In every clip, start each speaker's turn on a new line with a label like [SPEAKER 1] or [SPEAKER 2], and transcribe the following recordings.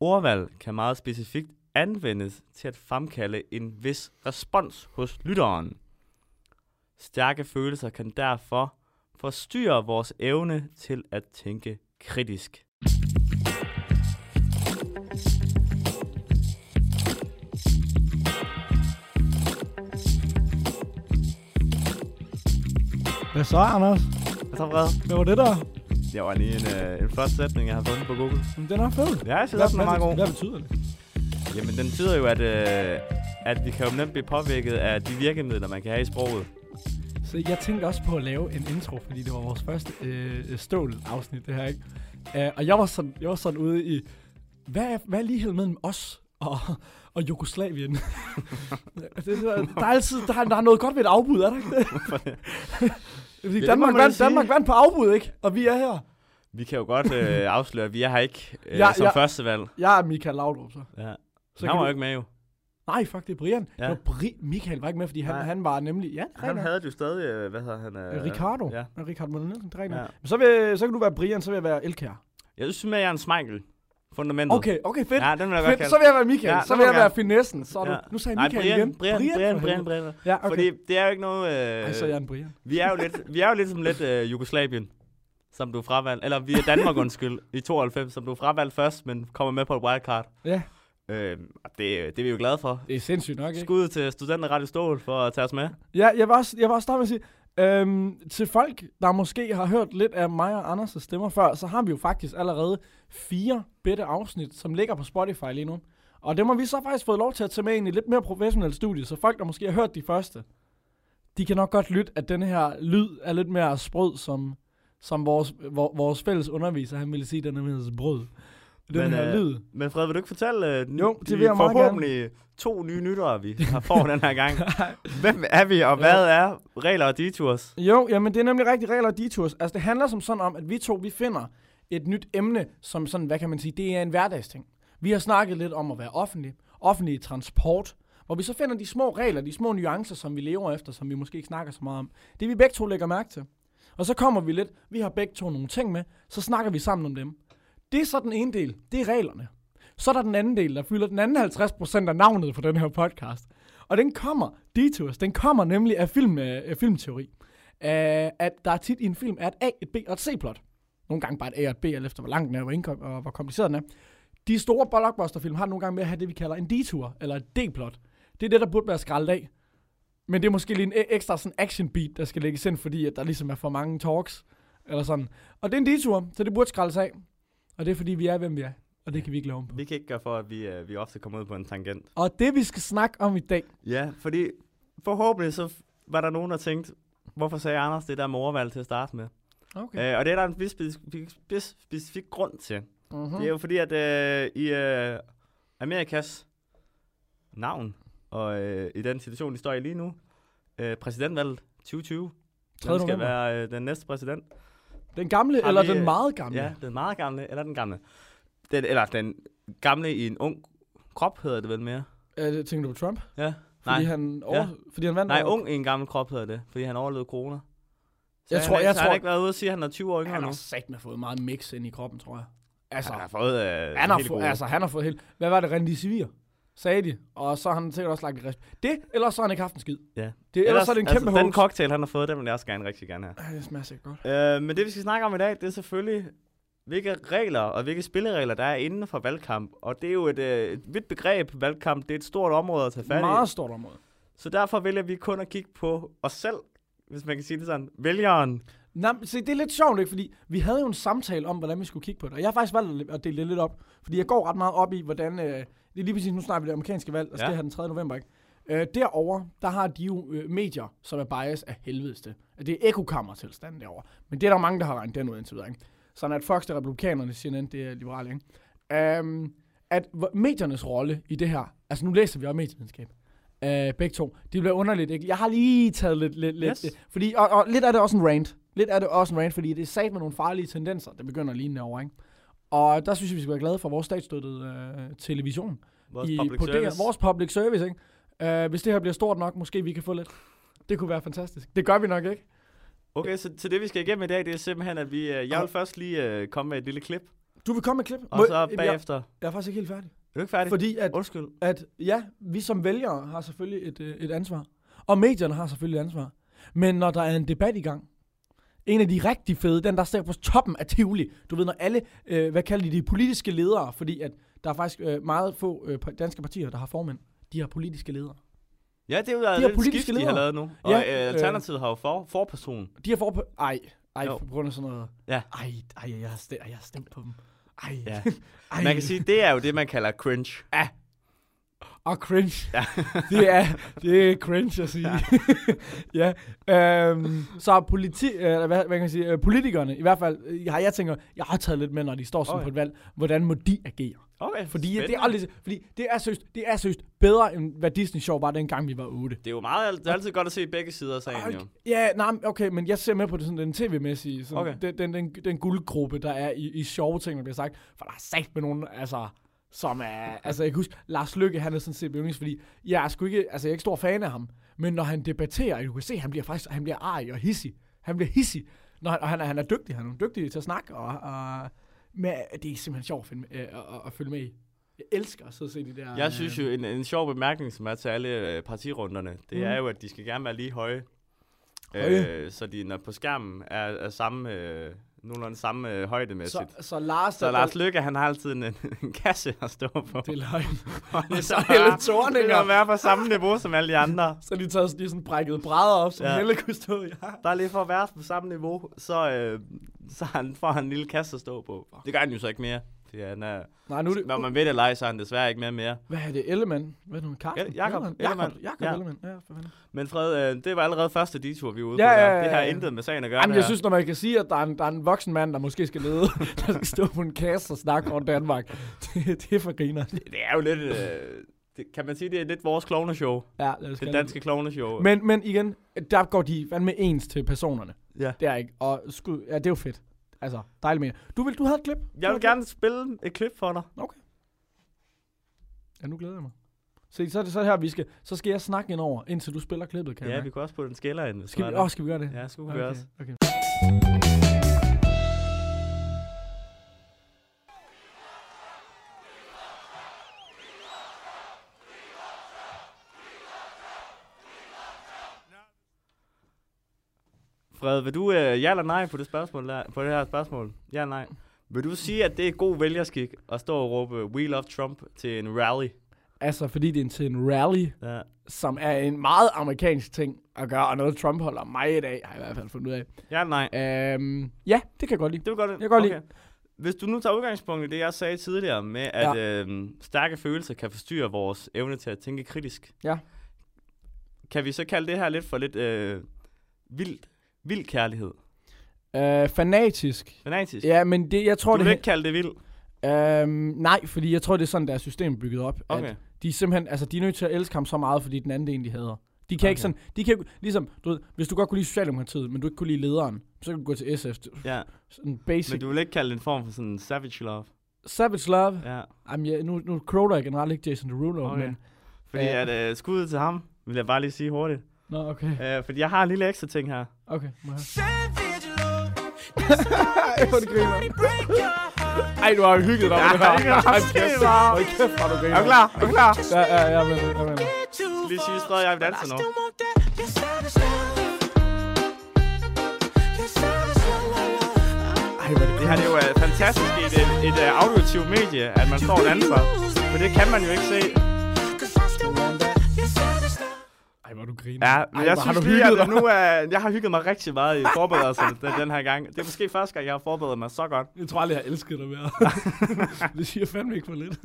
[SPEAKER 1] Ordvalg kan meget specifikt anvendes til at fremkalde en vis respons hos lytteren. Stærke følelser kan derfor forstyrre vores evne til at tænke kritisk.
[SPEAKER 2] Hvad så, Anders?
[SPEAKER 1] Og så Frederik,
[SPEAKER 2] Hvad var det der?
[SPEAKER 1] Det var lige en, øh, en flot sætning, jeg har fundet på Google.
[SPEAKER 2] Jamen, Den er fed.
[SPEAKER 1] Ja, jeg synes også, den er meget god.
[SPEAKER 2] Hvad betyder det?
[SPEAKER 1] Jamen, den betyder jo, at, øh, at vi kan jo nemt blive påvirket af de virkemidler, man kan have i sproget.
[SPEAKER 3] Så jeg tænkte også på at lave en intro, fordi det var vores første øh, stål-afsnit, det her, ikke? Uh, og jeg var, sådan, jeg var sådan ude i, hvad er, hvad er ligheden mellem os og, og Jugoslavien? det, der, der, er altid, der, er- der er noget godt ved et afbud, er der ikke det? fordi
[SPEAKER 1] må
[SPEAKER 3] Danmark,
[SPEAKER 1] man jo
[SPEAKER 3] vandt,
[SPEAKER 1] sige.
[SPEAKER 3] Danmark vandt på afbud, ikke? Og vi er her.
[SPEAKER 1] Vi kan jo godt øh, afsløre, at vi er her ikke øh, ja,
[SPEAKER 3] Ja,
[SPEAKER 1] som ja.
[SPEAKER 3] ja.
[SPEAKER 1] første valg.
[SPEAKER 3] Jeg er Michael Laudrup, så.
[SPEAKER 1] Ja.
[SPEAKER 3] så
[SPEAKER 1] Så han var
[SPEAKER 3] kan du-
[SPEAKER 1] jo ikke med, jo.
[SPEAKER 3] Nej, fuck, det er Brian.
[SPEAKER 1] Ja.
[SPEAKER 3] Ja. Det var Bri- Michael var ikke med, fordi han,
[SPEAKER 1] Nej.
[SPEAKER 3] han var nemlig... Ja, det er
[SPEAKER 1] Han
[SPEAKER 3] rigtigt.
[SPEAKER 1] havde det jo stadig, øh, hvad hedder han?
[SPEAKER 3] Øh, Ricardo.
[SPEAKER 1] Ja.
[SPEAKER 3] Og Richard Møller Nielsen, det er rigtigt.
[SPEAKER 1] ja.
[SPEAKER 3] Men Så, vil, så kan du være Brian, så vil jeg være Elkær.
[SPEAKER 1] Jeg synes, at jeg er en smeichel. Fundamentet.
[SPEAKER 3] Okay, okay, fedt.
[SPEAKER 1] Ja, den vil jeg godt
[SPEAKER 3] fedt.
[SPEAKER 1] kalde.
[SPEAKER 3] Så vil jeg være Michael,
[SPEAKER 1] Ja,
[SPEAKER 3] ja, så
[SPEAKER 1] det
[SPEAKER 3] vil
[SPEAKER 1] må
[SPEAKER 3] jeg
[SPEAKER 1] du
[SPEAKER 3] være finessen. Så er du,
[SPEAKER 1] Ja.
[SPEAKER 3] nu sagde jeg
[SPEAKER 1] Nej,
[SPEAKER 3] Michael
[SPEAKER 1] Brian,
[SPEAKER 3] igen.
[SPEAKER 1] Brian,
[SPEAKER 3] for
[SPEAKER 1] Brian, Brian,
[SPEAKER 3] helvede.
[SPEAKER 1] Brian, Brian.
[SPEAKER 3] Ja, okay.
[SPEAKER 1] Fordi det er jo ikke noget... Øh,
[SPEAKER 3] Ej, så er jeg en Brian.
[SPEAKER 1] vi, er jo lidt, vi er jo lidt som lidt øh, Jugoslavien, som du fravalgte. Eller vi er Danmark, undskyld, i 92, som du fravalgte først, men kommer med på et wildcard.
[SPEAKER 3] Ja.
[SPEAKER 1] Øh, og det, det er vi jo glade for.
[SPEAKER 3] Det er sindssygt nok, ikke?
[SPEAKER 1] Skud til studenter Radio Stål for at tage os med.
[SPEAKER 3] Ja, jeg vil også, jeg vil også starte med at sige, øhm, til folk, der måske har hørt lidt af mig og Anders' stemmer før, så har vi jo faktisk allerede fire bedte afsnit, som ligger på Spotify lige nu. Og det må vi så faktisk fået lov til at tage med ind i et lidt mere professionelt studie, så folk, der måske har hørt de første, de kan nok godt lytte, at den her lyd er lidt mere sprød, som, som vores, vor, vores fælles underviser, han ville sige, den er mere sprød. Den
[SPEAKER 1] Men,
[SPEAKER 3] Men, her
[SPEAKER 1] øh,
[SPEAKER 3] lyd.
[SPEAKER 1] Men Fred, vil du ikke fortælle øh,
[SPEAKER 3] Jo, det
[SPEAKER 1] de
[SPEAKER 3] vil jeg meget
[SPEAKER 1] forhåbentlig to nye nyttere, vi har får den her gang. Hvem er vi, og hvad er regler og detours?
[SPEAKER 3] Jo, jamen det er nemlig rigtig regler og detours. Altså det handler som sådan om, at vi to, vi finder et nyt emne, som sådan, hvad kan man sige, det er en hverdagsting. Vi har snakket lidt om at være offentlig, offentlig i transport, hvor vi så finder de små regler, de små nuancer, som vi lever efter, som vi måske ikke snakker så meget om. Det vi begge to lægger mærke til. Og så kommer vi lidt, vi har begge to nogle ting med, så snakker vi sammen om dem. Det er så den ene del, det er reglerne. Så er der den anden del, der fylder den anden 50% af navnet på den her podcast. Og den kommer, Detours, den kommer nemlig af, film, af filmteori øh, at der er tit i en film er et A, et B og et C-plot. Nogle gange bare et A og et B, alt efter hvor lang den er, hvor, indkom- og hvor kompliceret den er. De store blockbusterfilm har nogle gange med at have det, vi kalder en detour, eller et D-plot. Det er det, der burde være skrællet af. Men det er måske lige en e- ekstra sådan action beat, der skal lægges ind, fordi at der ligesom er for mange talks. Eller sådan. Og det er en detour, så det burde skrælles af. Og det er fordi, vi er, hvem vi er. Og det kan vi ikke lave om på.
[SPEAKER 1] Vi kan ikke gøre for, at vi, øh, vi ofte kommer ud på en tangent.
[SPEAKER 3] Og det, vi skal snakke om i dag,
[SPEAKER 1] Ja, fordi forhåbentlig så f- var der nogen, der tænkte, hvorfor sagde Anders det der med overvalg til at starte med?
[SPEAKER 3] okay.
[SPEAKER 1] Okay. Øh, og det er der en spec- spec- spec- specifik grund til. Mm.
[SPEAKER 3] uh-huh.
[SPEAKER 1] Det er jo fordi, at øh, i øh, Amerikas navn, og øh, i den situation, de står i lige nu, øh, præsidentvalget 2020,
[SPEAKER 3] Tredje
[SPEAKER 1] den skal
[SPEAKER 3] november.
[SPEAKER 1] være øh, den næste præsident.
[SPEAKER 3] den gamle,
[SPEAKER 1] Har
[SPEAKER 3] eller
[SPEAKER 1] vi,
[SPEAKER 3] den
[SPEAKER 1] øh,
[SPEAKER 3] meget gamle.
[SPEAKER 1] Ja, den meget gamle, eller den gamle. Den, eller den gamle i en ung krop, hedder det vel mere?
[SPEAKER 3] Øh, tænker du på Trump?
[SPEAKER 1] Ja.
[SPEAKER 3] Fordi
[SPEAKER 1] Nej.
[SPEAKER 3] han, over,
[SPEAKER 1] Ja.
[SPEAKER 3] fordi han vandt
[SPEAKER 1] Nej,
[SPEAKER 3] over-
[SPEAKER 1] ung i en gammel krop hedder det, fordi han overlevede corona. Så
[SPEAKER 3] Jeg
[SPEAKER 1] han
[SPEAKER 3] tror-
[SPEAKER 1] ikke,
[SPEAKER 3] jeg
[SPEAKER 1] så han
[SPEAKER 3] tror-
[SPEAKER 1] ikke været ude og sige, at han er 20 år yngre
[SPEAKER 3] Han
[SPEAKER 1] nu.
[SPEAKER 3] har sagt med fået meget mix ind i kroppen, tror jeg. Altså,
[SPEAKER 1] Han har fået øh,
[SPEAKER 3] han har,
[SPEAKER 1] helt
[SPEAKER 3] få,
[SPEAKER 1] gode-
[SPEAKER 3] altså, han har fået helt... Hvad var det, Rendisivir? Sagde de. Og så har han sikkert også lagt et rest. Det, ellers så har han ikke haft en skid.
[SPEAKER 1] Ja.
[SPEAKER 3] Det, ellers, ellers er det en kæmpe
[SPEAKER 1] altså,
[SPEAKER 3] altså,
[SPEAKER 1] Den cocktail, han har fået, den vil jeg også gerne rigtig gerne have.
[SPEAKER 3] Ej, det smager sikkert godt.
[SPEAKER 1] Øh, men det, vi skal snakke om i dag, det er selvfølgelig, hvilke regler og hvilke spilleregler, der er inden for valgkamp. Og det er jo et, øh, et vidt begreb, valgkamp. Det er et stort område at tage fat i.
[SPEAKER 3] Meget stort område.
[SPEAKER 1] Så derfor vælger vi kun at kigge på os selv, hvis man kan sige det sådan. Vælgeren.
[SPEAKER 3] Nej, men se, det er lidt sjovt, ikke? Fordi vi havde jo en samtale om, hvordan vi skulle kigge på det. Og jeg har faktisk valgt at dele det lidt op. Fordi jeg går ret meget op i, hvordan... Øh, det er lige præcis, nu snakker vi det amerikanske valg, og altså
[SPEAKER 1] Ja.
[SPEAKER 3] ja. det her den 3. november, ikke? Øh, derovre, der har de jo øh, medier, som er bias af helvedeste. Det er ekokammertilstanden derovre. Men det er der mange, der har regnet den ud indtil videre, ikke? Sådan at Fox, det er republikanerne, CNN, det er liberale, ikke? Øhm, at hvor- mediernes rolle i det her... Altså, nu læser vi om medievidenskab. Øh, begge to. Det bliver underligt, ikke? Jeg har lige taget lidt... lidt, yes.
[SPEAKER 1] Yes.
[SPEAKER 3] lidt fordi, og, og, lidt er det også en rant. Lidt er det også en rant, fordi det er sat med nogle farlige tendenser, der begynder at ligne derovre, ikke? Og der synes jeg, vi skal være glade for vores statsstøttede øh, television
[SPEAKER 1] Vores
[SPEAKER 3] i,
[SPEAKER 1] public
[SPEAKER 3] på
[SPEAKER 1] service.
[SPEAKER 3] DR, vores public service, ikke? Uh, hvis det her bliver stort nok, måske vi kan få lidt. Det kunne være fantastisk. Det gør vi nok ikke.
[SPEAKER 1] Okay, så, så det, vi skal igennem i dag, det er simpelthen, at vi... Øh, jeg vil først lige øh, komme med et lille klip
[SPEAKER 3] Du vil komme med et klip.
[SPEAKER 1] Og
[SPEAKER 3] Må-
[SPEAKER 1] så
[SPEAKER 3] jeg,
[SPEAKER 1] bagefter...
[SPEAKER 3] jeg er faktisk ikke helt færdig.
[SPEAKER 1] Er du ikke færdig?
[SPEAKER 3] Fordi at,
[SPEAKER 1] Undskyld.
[SPEAKER 3] at ja, vi som vælgere har selvfølgelig et, øh, et ansvar. Og medierne har selvfølgelig et ansvar. Men når der er en debat i gang, en af de rigtig fede, den der står på toppen af Tivoli, du ved, når alle, øh, hvad kalder de de politiske ledere, fordi at der er faktisk øh, meget få øh, danske partier, der har formænd, de har politiske ledere.
[SPEAKER 1] Ja, det er jo
[SPEAKER 3] her
[SPEAKER 1] de lidt
[SPEAKER 3] politiske
[SPEAKER 1] skift, de har
[SPEAKER 3] ledere.
[SPEAKER 1] lavet nu. Og
[SPEAKER 3] Ja,
[SPEAKER 1] ja, øh, Alternativet har jo for, forperson.
[SPEAKER 3] De har for på... Ej, ej,
[SPEAKER 1] Jo.
[SPEAKER 3] på grund af sådan noget.
[SPEAKER 1] Ja.
[SPEAKER 3] Ej, ej, jeg har stemt, jeg har stemt på dem. Ej.
[SPEAKER 1] Ja.
[SPEAKER 3] ej.
[SPEAKER 1] Man kan sige, det er jo det, man kalder cringe.
[SPEAKER 3] Og cringe. Ja. det, er, det er cringe at sige. Ja. ja. Øhm, så politi, øh, hvad, hvad kan man sige, øh, politikerne, i hvert fald, øh, har jeg tænker, jeg har taget lidt med, når de står sådan
[SPEAKER 1] Okay.
[SPEAKER 3] på et valg, hvordan må de agere?
[SPEAKER 1] Okay,
[SPEAKER 3] Fordi det, er
[SPEAKER 1] spændende.
[SPEAKER 3] aldrig, fordi det er seriøst, det er seriøst bedre, end hvad Disney Show var, dengang vi var 8.
[SPEAKER 1] Det er jo meget, det er altid godt at se begge sider af sagen, jo.
[SPEAKER 3] Okay. Ja, nej, men okay, men jeg ser med på det sådan den tv-mæssige, sådan,
[SPEAKER 1] Okay.
[SPEAKER 3] okay. den, den, den, den guldgruppe, der er i, i sjove ting, der bliver sagt. For der er sagt med nogen, altså, som er, altså jeg kan huske, Lars Lykke, han er sådan set yndlings, fordi jeg er sgu ikke, altså jeg er ikke stor fan af ham, men når han debatterer, du kan se, han bliver faktisk, han bliver arg og hissig. Han bliver hissig, når han, og han, er, han er dygtig, han er dygtig til at snakke, og, og men det er simpelthen sjovt at, finde, øh, at, at, at følge med i. Jeg elsker at sidde og se de der... øh,
[SPEAKER 1] Jeg synes jo, en, en sjov bemærkning, som er til alle øh, partirunderne, det mm. er jo, at de skal gerne være lige høje.
[SPEAKER 3] Høje.
[SPEAKER 1] Øh, så de når på skærmen er, er samme, øh, nogenlunde samme øh, højdemæssigt.
[SPEAKER 3] så,
[SPEAKER 1] Så,
[SPEAKER 3] så Lars...
[SPEAKER 1] så Lars Lykke, han har altid en, en kasse at stå på.
[SPEAKER 3] Det er løgn.
[SPEAKER 1] Og det er
[SPEAKER 3] Så
[SPEAKER 1] så
[SPEAKER 3] Helle
[SPEAKER 1] bare- Det
[SPEAKER 3] Thorninger.
[SPEAKER 1] er være på samme niveau som alle de andre.
[SPEAKER 3] Så de taget de sådan brækket brædder op, som
[SPEAKER 1] Ja.
[SPEAKER 3] ja. Helle kunne stå i. Ja.
[SPEAKER 1] Bare lige for at være på samme niveau, så, øh, så han får han en lille kasse at stå på. Det gør han jo så ikke mere. Fordi han er,
[SPEAKER 3] Nej, nu er det...
[SPEAKER 1] når man ved det eller ej, så er han desværre ikke med mere.
[SPEAKER 3] Hvad er det? Ellemann? Hvad er det nu? Carsten?
[SPEAKER 1] El- Jakob Ellemann.
[SPEAKER 3] Jakob, Jakob
[SPEAKER 1] Ja.
[SPEAKER 3] ja. Ellemann. Ja, for fanden.
[SPEAKER 1] Men Fred, øh, det var allerede første detur, vi var ude
[SPEAKER 3] Ja,
[SPEAKER 1] på. der.
[SPEAKER 3] ja, ja,
[SPEAKER 1] Det har
[SPEAKER 3] ja.
[SPEAKER 1] intet med sagen at gøre.
[SPEAKER 3] Jamen,
[SPEAKER 1] det
[SPEAKER 3] jeg
[SPEAKER 1] her.
[SPEAKER 3] synes, når man kan sige, at der er en, der er en voksen mand, der måske skal lede, der skal stå på en kasse og snakke om Danmark. Det, det er for griner.
[SPEAKER 1] Det er jo lidt... Øh, det, kan man sige, det er lidt vores klovneshow?
[SPEAKER 3] Ja, lad
[SPEAKER 1] Det
[SPEAKER 3] os kalde
[SPEAKER 1] danske klovneshow.
[SPEAKER 3] det. Men, men igen, der går de fandme ens til personerne.
[SPEAKER 1] ja.
[SPEAKER 3] Det er ikke. Og skud, ja, det er jo fedt. Altså, dejligt med. Du, vil, du havde et klip? Du
[SPEAKER 1] Jeg
[SPEAKER 3] havde
[SPEAKER 1] vil
[SPEAKER 3] et klip?
[SPEAKER 1] gerne spille et klip for dig.
[SPEAKER 3] Ja, nu glæder jeg mig. Se, så er det så her, vi skal, så skal jeg snakke ind over, indtil du spiller klippet, kan jeg
[SPEAKER 1] Ja,
[SPEAKER 3] mærke.
[SPEAKER 1] vi kunne også putte en skælder ind. hvis
[SPEAKER 3] Skal
[SPEAKER 1] det
[SPEAKER 3] vi,
[SPEAKER 1] var
[SPEAKER 3] åh, skal vi gøre det?
[SPEAKER 1] der. Ja, skulle vi okay. også.
[SPEAKER 3] okay.
[SPEAKER 1] Fred, vil du øh, ja eller nej på det, spørgsmål der, på det her spørgsmål? Ja eller nej? Vil du sige, at det er god vælgerskik at stå og råbe We love Trump til en rally?
[SPEAKER 3] Altså, fordi det er til en rally,
[SPEAKER 1] Ja.
[SPEAKER 3] som er en meget amerikansk ting at gøre, og noget Trump holder mig i dag, har jeg i hvert fald fundet ud af.
[SPEAKER 1] Ja eller nej?
[SPEAKER 3] Øhm, ja, det kan jeg godt lide.
[SPEAKER 1] Det vil godt,
[SPEAKER 3] Jeg kan godt lide.
[SPEAKER 1] Hvis du nu tager udgangspunkt i det, jeg sagde tidligere med, at ja. øh, stærke følelser kan forstyrre vores evne til at tænke kritisk.
[SPEAKER 3] Ja.
[SPEAKER 1] Kan vi så kalde det her lidt for lidt øh, vildt, vild kærlighed?
[SPEAKER 3] Øh, fanatisk.
[SPEAKER 1] Fanatisk?
[SPEAKER 3] Ja, men det, jeg tror,
[SPEAKER 1] du vil
[SPEAKER 3] det...
[SPEAKER 1] ikke kalde det vildt?
[SPEAKER 3] Øhm, nej, fordi jeg tror, det er sådan, deres system er bygget op. at
[SPEAKER 1] Okay.
[SPEAKER 3] De er simpelthen, altså, de er nødt til at elske ham så meget, fordi den anden det egentlig hader. De
[SPEAKER 1] Okay.
[SPEAKER 3] kan okay. ikke sådan, de kan jo- ligesom, du ved, hvis du godt kunne lide Socialdemokratiet, men du ikke kunne lide lederen, så kan du gå til SF.
[SPEAKER 1] Ja.
[SPEAKER 3] Sådan basic.
[SPEAKER 1] Men du vil ikke kalde det en form for sådan savage love?
[SPEAKER 3] Savage Love.
[SPEAKER 1] Ja.
[SPEAKER 3] Jamen, jeg, nu, nu crowder jeg generelt ikke Jason Derulo,
[SPEAKER 1] Okay.
[SPEAKER 3] okay. men...
[SPEAKER 1] Fordi
[SPEAKER 3] Ja.
[SPEAKER 1] at øh, skuddet til ham, vil jeg bare lige sige hurtigt.
[SPEAKER 3] Nå, okay.
[SPEAKER 1] Øh, fordi jeg har en lille ekstra ting her.
[SPEAKER 3] Okay, må jeg høre.
[SPEAKER 2] Savage love.
[SPEAKER 3] Ej, hvor er det griner.
[SPEAKER 2] Break your heart.
[SPEAKER 3] Ej, du har jo hygget dig med det her.
[SPEAKER 1] Ja, det kan jeg
[SPEAKER 3] Hold
[SPEAKER 1] også
[SPEAKER 3] kæft,
[SPEAKER 1] se.
[SPEAKER 3] hold kæft, hvor du griner.
[SPEAKER 1] Er du klar? Er du klar?
[SPEAKER 2] Just
[SPEAKER 3] Ja,
[SPEAKER 2] let
[SPEAKER 3] ja, jeg mener, jeg mener.
[SPEAKER 2] it too
[SPEAKER 1] Lige sige,
[SPEAKER 2] far.
[SPEAKER 1] Fred, jeg vil
[SPEAKER 2] But
[SPEAKER 1] danse
[SPEAKER 2] I
[SPEAKER 1] nu.
[SPEAKER 2] still want that. Your savage love. Your savage love, love, love.
[SPEAKER 3] Ej, hvor er
[SPEAKER 1] Det her det er jo øh, fantastisk i et, et, et øh, auditivt medie, at man står og danser. For det kan man jo ikke se.
[SPEAKER 2] 'Cause I still want that. Your savage love.
[SPEAKER 3] Ej, hvor er du griner.
[SPEAKER 1] Ja, men Ej,
[SPEAKER 3] Ej,
[SPEAKER 1] jeg
[SPEAKER 3] hvor
[SPEAKER 1] synes
[SPEAKER 3] har du
[SPEAKER 1] lige,
[SPEAKER 3] hygget
[SPEAKER 1] at
[SPEAKER 3] dig.
[SPEAKER 1] nu er, jeg har hygget mig rigtig meget i forberedelserne den, den her gang. Det er måske første gang, jeg har forberedt mig så godt.
[SPEAKER 3] Jeg tror aldrig, jeg elskede dig mere. det siger fandme ikke for lidt.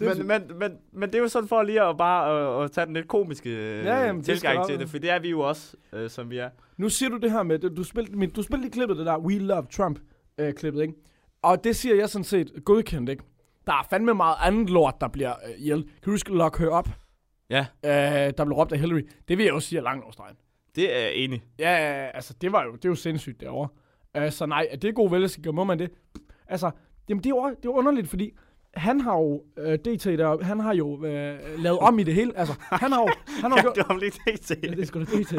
[SPEAKER 1] Men, men, men, men det er jo sådan for lige at bare øh, at tage den lidt komiske øh,
[SPEAKER 3] Ja,
[SPEAKER 1] ja,
[SPEAKER 3] jamen,
[SPEAKER 1] jamen,
[SPEAKER 3] det skal
[SPEAKER 1] tilgang
[SPEAKER 3] der
[SPEAKER 1] til
[SPEAKER 3] være.
[SPEAKER 1] det, for det er vi jo også, øh, som vi er.
[SPEAKER 3] Nu siger du det her med, du spilte, men du spilte lige klippet, det der We Love Trump-klippet, ikke? Og det siger jeg sådan set godkendt, ikke? Der er fandme meget andet lort, der bliver øh, ihjel. Kan du huske Lock Her Up,
[SPEAKER 1] Ja,
[SPEAKER 3] øh, der blev råbt af Hillary? Det vil jeg jo sige er langt over stregen.
[SPEAKER 1] det er jeg enig.
[SPEAKER 3] Ja, altså det var jo, det er jo sindssygt derovre. Øh, så nej, er det god vælgerskik, og må man det? Altså, jamen det er jo det er jo underligt, fordi han har jo, øh, DT der, han har jo øh, lavet om i det hele. Altså, han har jo, han har jo
[SPEAKER 1] Kan
[SPEAKER 3] gjort,
[SPEAKER 1] du om lige det
[SPEAKER 3] ja,
[SPEAKER 1] til?
[SPEAKER 3] det er sgu da DT.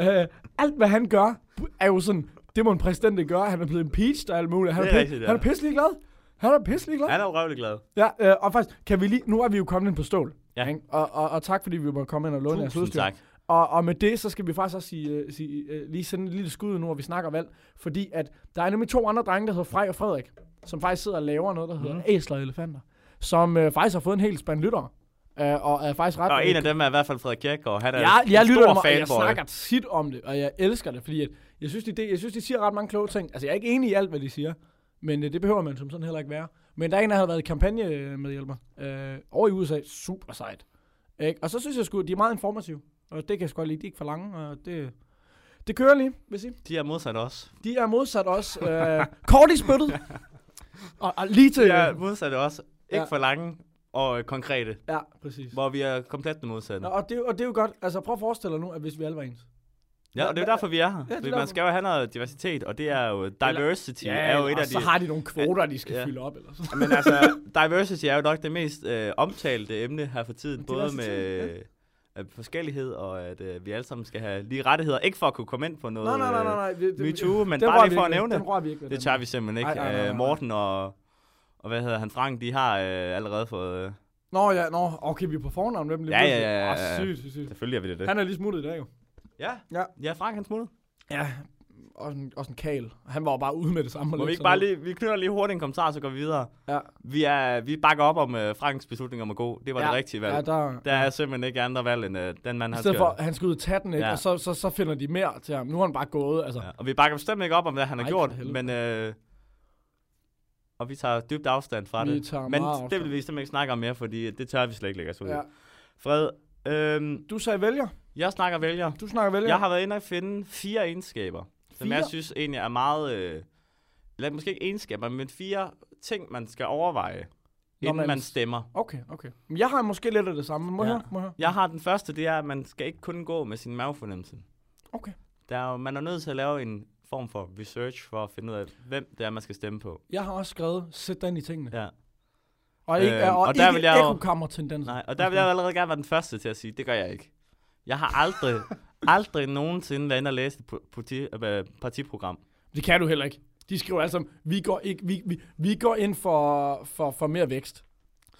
[SPEAKER 3] øh, alt hvad han gør, er jo sådan, det må en præsident ikke gøre. Han er blevet impeached og alt muligt. Han er,
[SPEAKER 1] Det er
[SPEAKER 3] pi-
[SPEAKER 1] rigtigt, ja.
[SPEAKER 3] han er pisselig glad. Han er pisselig glad.
[SPEAKER 1] Han er røvlig glad.
[SPEAKER 3] Ja, øh, og faktisk, kan vi lige, nu er vi jo kommet ind på stål.
[SPEAKER 1] Ja.
[SPEAKER 3] ikke? Og, og, og, tak, fordi vi må komme ind og låne jeres
[SPEAKER 1] Tusind
[SPEAKER 3] udstyr.
[SPEAKER 1] tak.
[SPEAKER 3] Og, og med det, så skal vi faktisk også sige, øh, sige, øh, lige sende et lille skud nu, hvor vi snakker valg. Fordi at der er nemlig to andre drenge, der hedder Frej og Frederik, som faktisk sidder og laver noget, der hedder mm. Æsler og Elefanter. Som øh, faktisk har fået en hel spand lyttere. Øh, og er faktisk ret...
[SPEAKER 1] Og en af dem er i hvert fald Frederik Kjærgaard. Han er
[SPEAKER 3] jeg, jeg
[SPEAKER 1] en
[SPEAKER 3] lytter
[SPEAKER 1] stor
[SPEAKER 3] dem, og jeg
[SPEAKER 1] fanboy.
[SPEAKER 3] snakker tit om det, og jeg elsker det, fordi at jeg, synes, de, det, jeg synes, de siger ret mange kloge ting. Altså, jeg er ikke enig i alt, hvad de siger, men øh, det behøver man som sådan heller ikke være. Men der er en, der har været kampagnemedhjælper øh, over i USA. Super sejt. Ikke? Og så synes jeg sgu, de er meget informative, og det kan jeg sgu godt lide. De er ikke for lange, og det, det kører lige, vil jeg sige.
[SPEAKER 1] De er modsat os.
[SPEAKER 3] De er modsat også. Øh, kort i spyttet. Og, og lige til...
[SPEAKER 1] De er modsat os. Ikke
[SPEAKER 3] Ja.
[SPEAKER 1] for lange og øh, konkrete.
[SPEAKER 3] ja præcis.
[SPEAKER 1] Hvor vi er komplet det modsatte.
[SPEAKER 3] Nå, og, det, er jo- og det er jo godt. Altså, prøv at forestille dig nu, at hvis vi alle var ens.
[SPEAKER 1] Ja, og det er jo derfor, vi er her.
[SPEAKER 3] Ja,
[SPEAKER 1] Ja,
[SPEAKER 3] det er
[SPEAKER 1] man
[SPEAKER 3] derfor.
[SPEAKER 1] skal jo have noget diversitet, og det er jo diversity. er jo et
[SPEAKER 3] og
[SPEAKER 1] af de,
[SPEAKER 3] så har de nogle kvoter, de skal
[SPEAKER 1] Ja.
[SPEAKER 3] fylde op, eller sådan.
[SPEAKER 1] Men altså, diversity er jo nok det mest øh, omtalte emne her for tiden. Både med
[SPEAKER 3] Diversitet,
[SPEAKER 1] øh, at forskellighed og at øh, vi alle sammen skal have lige rettigheder. Ikke for at kunne komme ind på noget
[SPEAKER 3] Nej, nej, nej, nej, nej. Det,
[SPEAKER 1] øh, MeToo, men
[SPEAKER 3] den
[SPEAKER 1] bare
[SPEAKER 3] rører
[SPEAKER 1] lige
[SPEAKER 3] vi
[SPEAKER 1] for at
[SPEAKER 3] ikke ved.
[SPEAKER 1] nævne
[SPEAKER 3] Den
[SPEAKER 1] det.
[SPEAKER 3] rører vi ikke ved.
[SPEAKER 1] Det
[SPEAKER 3] den.
[SPEAKER 1] tør vi simpelthen ikke.
[SPEAKER 3] Ej, nej, nej, nej,
[SPEAKER 1] Øh,
[SPEAKER 3] nej.
[SPEAKER 1] Morten og, og hvad hedder han, Frank, de har øh, allerede fået... Øh,
[SPEAKER 3] Nå, ja, nå, okay, vi er på fornavn med dem.
[SPEAKER 1] Ja, ja, ja, ja,
[SPEAKER 3] Oh,
[SPEAKER 1] ja.
[SPEAKER 3] sygt, sygt, sygt.
[SPEAKER 1] selvfølgelig er vi det. det.
[SPEAKER 3] Han er lige smuttet i dag, jo.
[SPEAKER 1] Ja.
[SPEAKER 3] Ja.
[SPEAKER 1] ja, ja Frank han smuttede.
[SPEAKER 3] Ja, også en, også en kal. Han var jo bare ude med det samme. og
[SPEAKER 1] Må vi
[SPEAKER 3] lidt
[SPEAKER 1] ikke bare
[SPEAKER 3] sådan
[SPEAKER 1] lige, vi knytter lige hurtigt en kommentar, så går vi videre.
[SPEAKER 3] Ja.
[SPEAKER 1] Vi, er, vi bakker op om øh, Franks beslutning om at gå. Det var
[SPEAKER 3] Ja.
[SPEAKER 1] det rigtige valg.
[SPEAKER 3] Ja, der...
[SPEAKER 1] Der er simpelthen ikke andre valg, end øh, den mand,
[SPEAKER 3] I
[SPEAKER 1] han
[SPEAKER 3] stedet
[SPEAKER 1] skal...
[SPEAKER 3] for, at han skal ud og tage den, ikke?
[SPEAKER 1] Ja.
[SPEAKER 3] og så, så, så finder de mere til ham. Nu er han bare gået, altså.
[SPEAKER 1] Ja, og vi bakker bestemt ikke op om, hvad han har
[SPEAKER 3] Ej,
[SPEAKER 1] gjort,
[SPEAKER 3] for helvede.
[SPEAKER 1] men... Øh, og vi tager dybt afstand fra
[SPEAKER 3] Vi
[SPEAKER 1] det.
[SPEAKER 3] tager
[SPEAKER 1] Men
[SPEAKER 3] meget
[SPEAKER 1] det vil
[SPEAKER 3] afstand.
[SPEAKER 1] vi simpelthen ikke snakke om mere, fordi det tør vi slet ikke lægge os ud. i.
[SPEAKER 3] Ja.
[SPEAKER 1] Fred, øhm,
[SPEAKER 3] Du sagde vælger.
[SPEAKER 1] jeg snakker vælger.
[SPEAKER 3] Du snakker vælger.
[SPEAKER 1] Jeg har været inde og finde fire egenskaber, fire? som jeg
[SPEAKER 3] Fire?
[SPEAKER 1] synes egentlig er meget... Øh, eller måske ikke egenskaber, men fire ting, man skal overveje,
[SPEAKER 3] Når
[SPEAKER 1] inden
[SPEAKER 3] man-
[SPEAKER 1] man, stemmer.
[SPEAKER 3] Okay, okay. Men jeg har måske lidt af det samme. Må jeg
[SPEAKER 1] Ja.
[SPEAKER 3] høre? Må jeg høre?
[SPEAKER 1] Jeg har den første, det er, at man skal ikke kun gå med sin mavefornemmelse.
[SPEAKER 3] Okay.
[SPEAKER 1] Der er jo, man er nødt til at lave en form for research for at finde ud af, hvem det er, man skal stemme på.
[SPEAKER 3] Jeg har også skrevet, sæt dig ind i tingene.
[SPEAKER 1] Ja.
[SPEAKER 3] Og ikke,
[SPEAKER 1] Øhm,
[SPEAKER 3] og,
[SPEAKER 1] og der
[SPEAKER 3] ikke
[SPEAKER 1] vil jeg jo-
[SPEAKER 3] ekokammer-tendenser.
[SPEAKER 1] Nej, og der vil jeg jo allerede gerne være den første til at sige, det gør jeg ikke. Jeg har aldrig, aldrig nogensinde været inde og læse et po- politi- øh, partiprogram.
[SPEAKER 3] Det kan du heller ikke. De skriver alle sammen, vi går, ikke, vi, vi, vi går ind for, for, for mere vækst.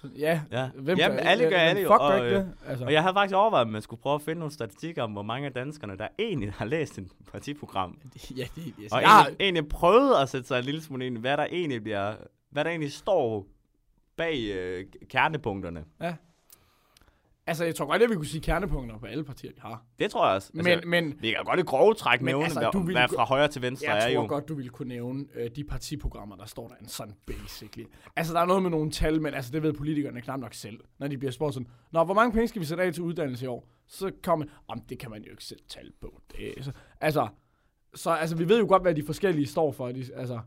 [SPEAKER 3] Så, Ja,
[SPEAKER 1] Ja.
[SPEAKER 3] hvem
[SPEAKER 1] Jamen, alle
[SPEAKER 3] ja,
[SPEAKER 1] gør
[SPEAKER 3] hvem
[SPEAKER 1] alle jo,
[SPEAKER 3] Fuck
[SPEAKER 1] og,
[SPEAKER 3] gør ikke
[SPEAKER 1] øh,
[SPEAKER 3] det. Altså,
[SPEAKER 1] Og jeg havde faktisk overvejet, at man skulle prøve at finde nogle statistikker om, hvor mange af danskerne, der egentlig har læst et partiprogram.
[SPEAKER 3] ja, det, jeg, Ah!
[SPEAKER 1] Og
[SPEAKER 3] og
[SPEAKER 1] ja.
[SPEAKER 3] jeg,
[SPEAKER 1] egentlig, egentlig prøvet at sætte sig en lille smule ind i, hvad der egentlig, bliver, hvad der egentlig står bag øh, kernepunkterne.
[SPEAKER 3] altså, jeg tror godt, at vi kunne sige kernepunkter på alle partier, vi har.
[SPEAKER 1] Det tror jeg også.
[SPEAKER 3] Men, altså, men
[SPEAKER 1] vi kan godt i grove træk
[SPEAKER 3] Men
[SPEAKER 1] nævne,
[SPEAKER 3] altså,
[SPEAKER 1] altså, hvad,
[SPEAKER 3] du ville
[SPEAKER 1] hvad
[SPEAKER 3] gå-
[SPEAKER 1] fra højre til venstre
[SPEAKER 3] jeg
[SPEAKER 1] er
[SPEAKER 3] tror
[SPEAKER 1] jo.
[SPEAKER 3] godt, du ville kunne nævne øh, de partiprogrammer, der står derinde, sådan basically. Altså, der er noget med nogle tal, men altså, det ved politikerne knap nok selv, når de bliver spurgt sådan, Nå, hvor mange penge skal vi sætte af til uddannelse i år? Så kommer om det kan man jo ikke sætte tal på. Det, er- så, altså, så, altså, vi ved jo godt, hvad de forskellige står for. De, altså,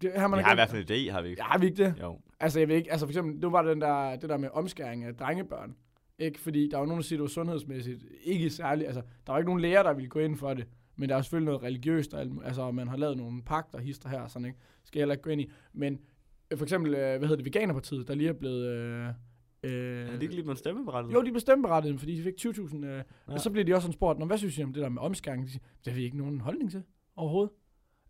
[SPEAKER 3] det har man
[SPEAKER 1] Vi
[SPEAKER 3] ikke-
[SPEAKER 1] har i hvert fald en idé, har vi ikke?
[SPEAKER 3] Ja, har vi ikke det?
[SPEAKER 1] Jo.
[SPEAKER 3] Altså, jeg ved ikke, altså for eksempel, det var den der, det der med omskæring af drengebørn. Ikke? Fordi der var nogen, der siger, det var sundhedsmæssigt ikke særligt. Altså, der var ikke nogen læger, der ville gå ind for det. Men der er selvfølgelig noget religiøst, og alt mu- altså, og man har lavet nogle pakter, hister her og sådan, ikke? Skal jeg heller ikke gå ind i. Men øh, for eksempel, øh, hvad hedder det, Veganerpartiet, der lige er blevet... Øh, øh,
[SPEAKER 1] Er det ikke lige på en stemmeberettigelse?
[SPEAKER 3] jo, de er bestemmeberettigede, fordi de fik 20.000. Øh, ja.
[SPEAKER 1] Ja.
[SPEAKER 3] Og så bliver de også sådan spurgt, "Nå, hvad synes I om det der med omskæring? De siger, det har vi ikke nogen holdning til overhovedet.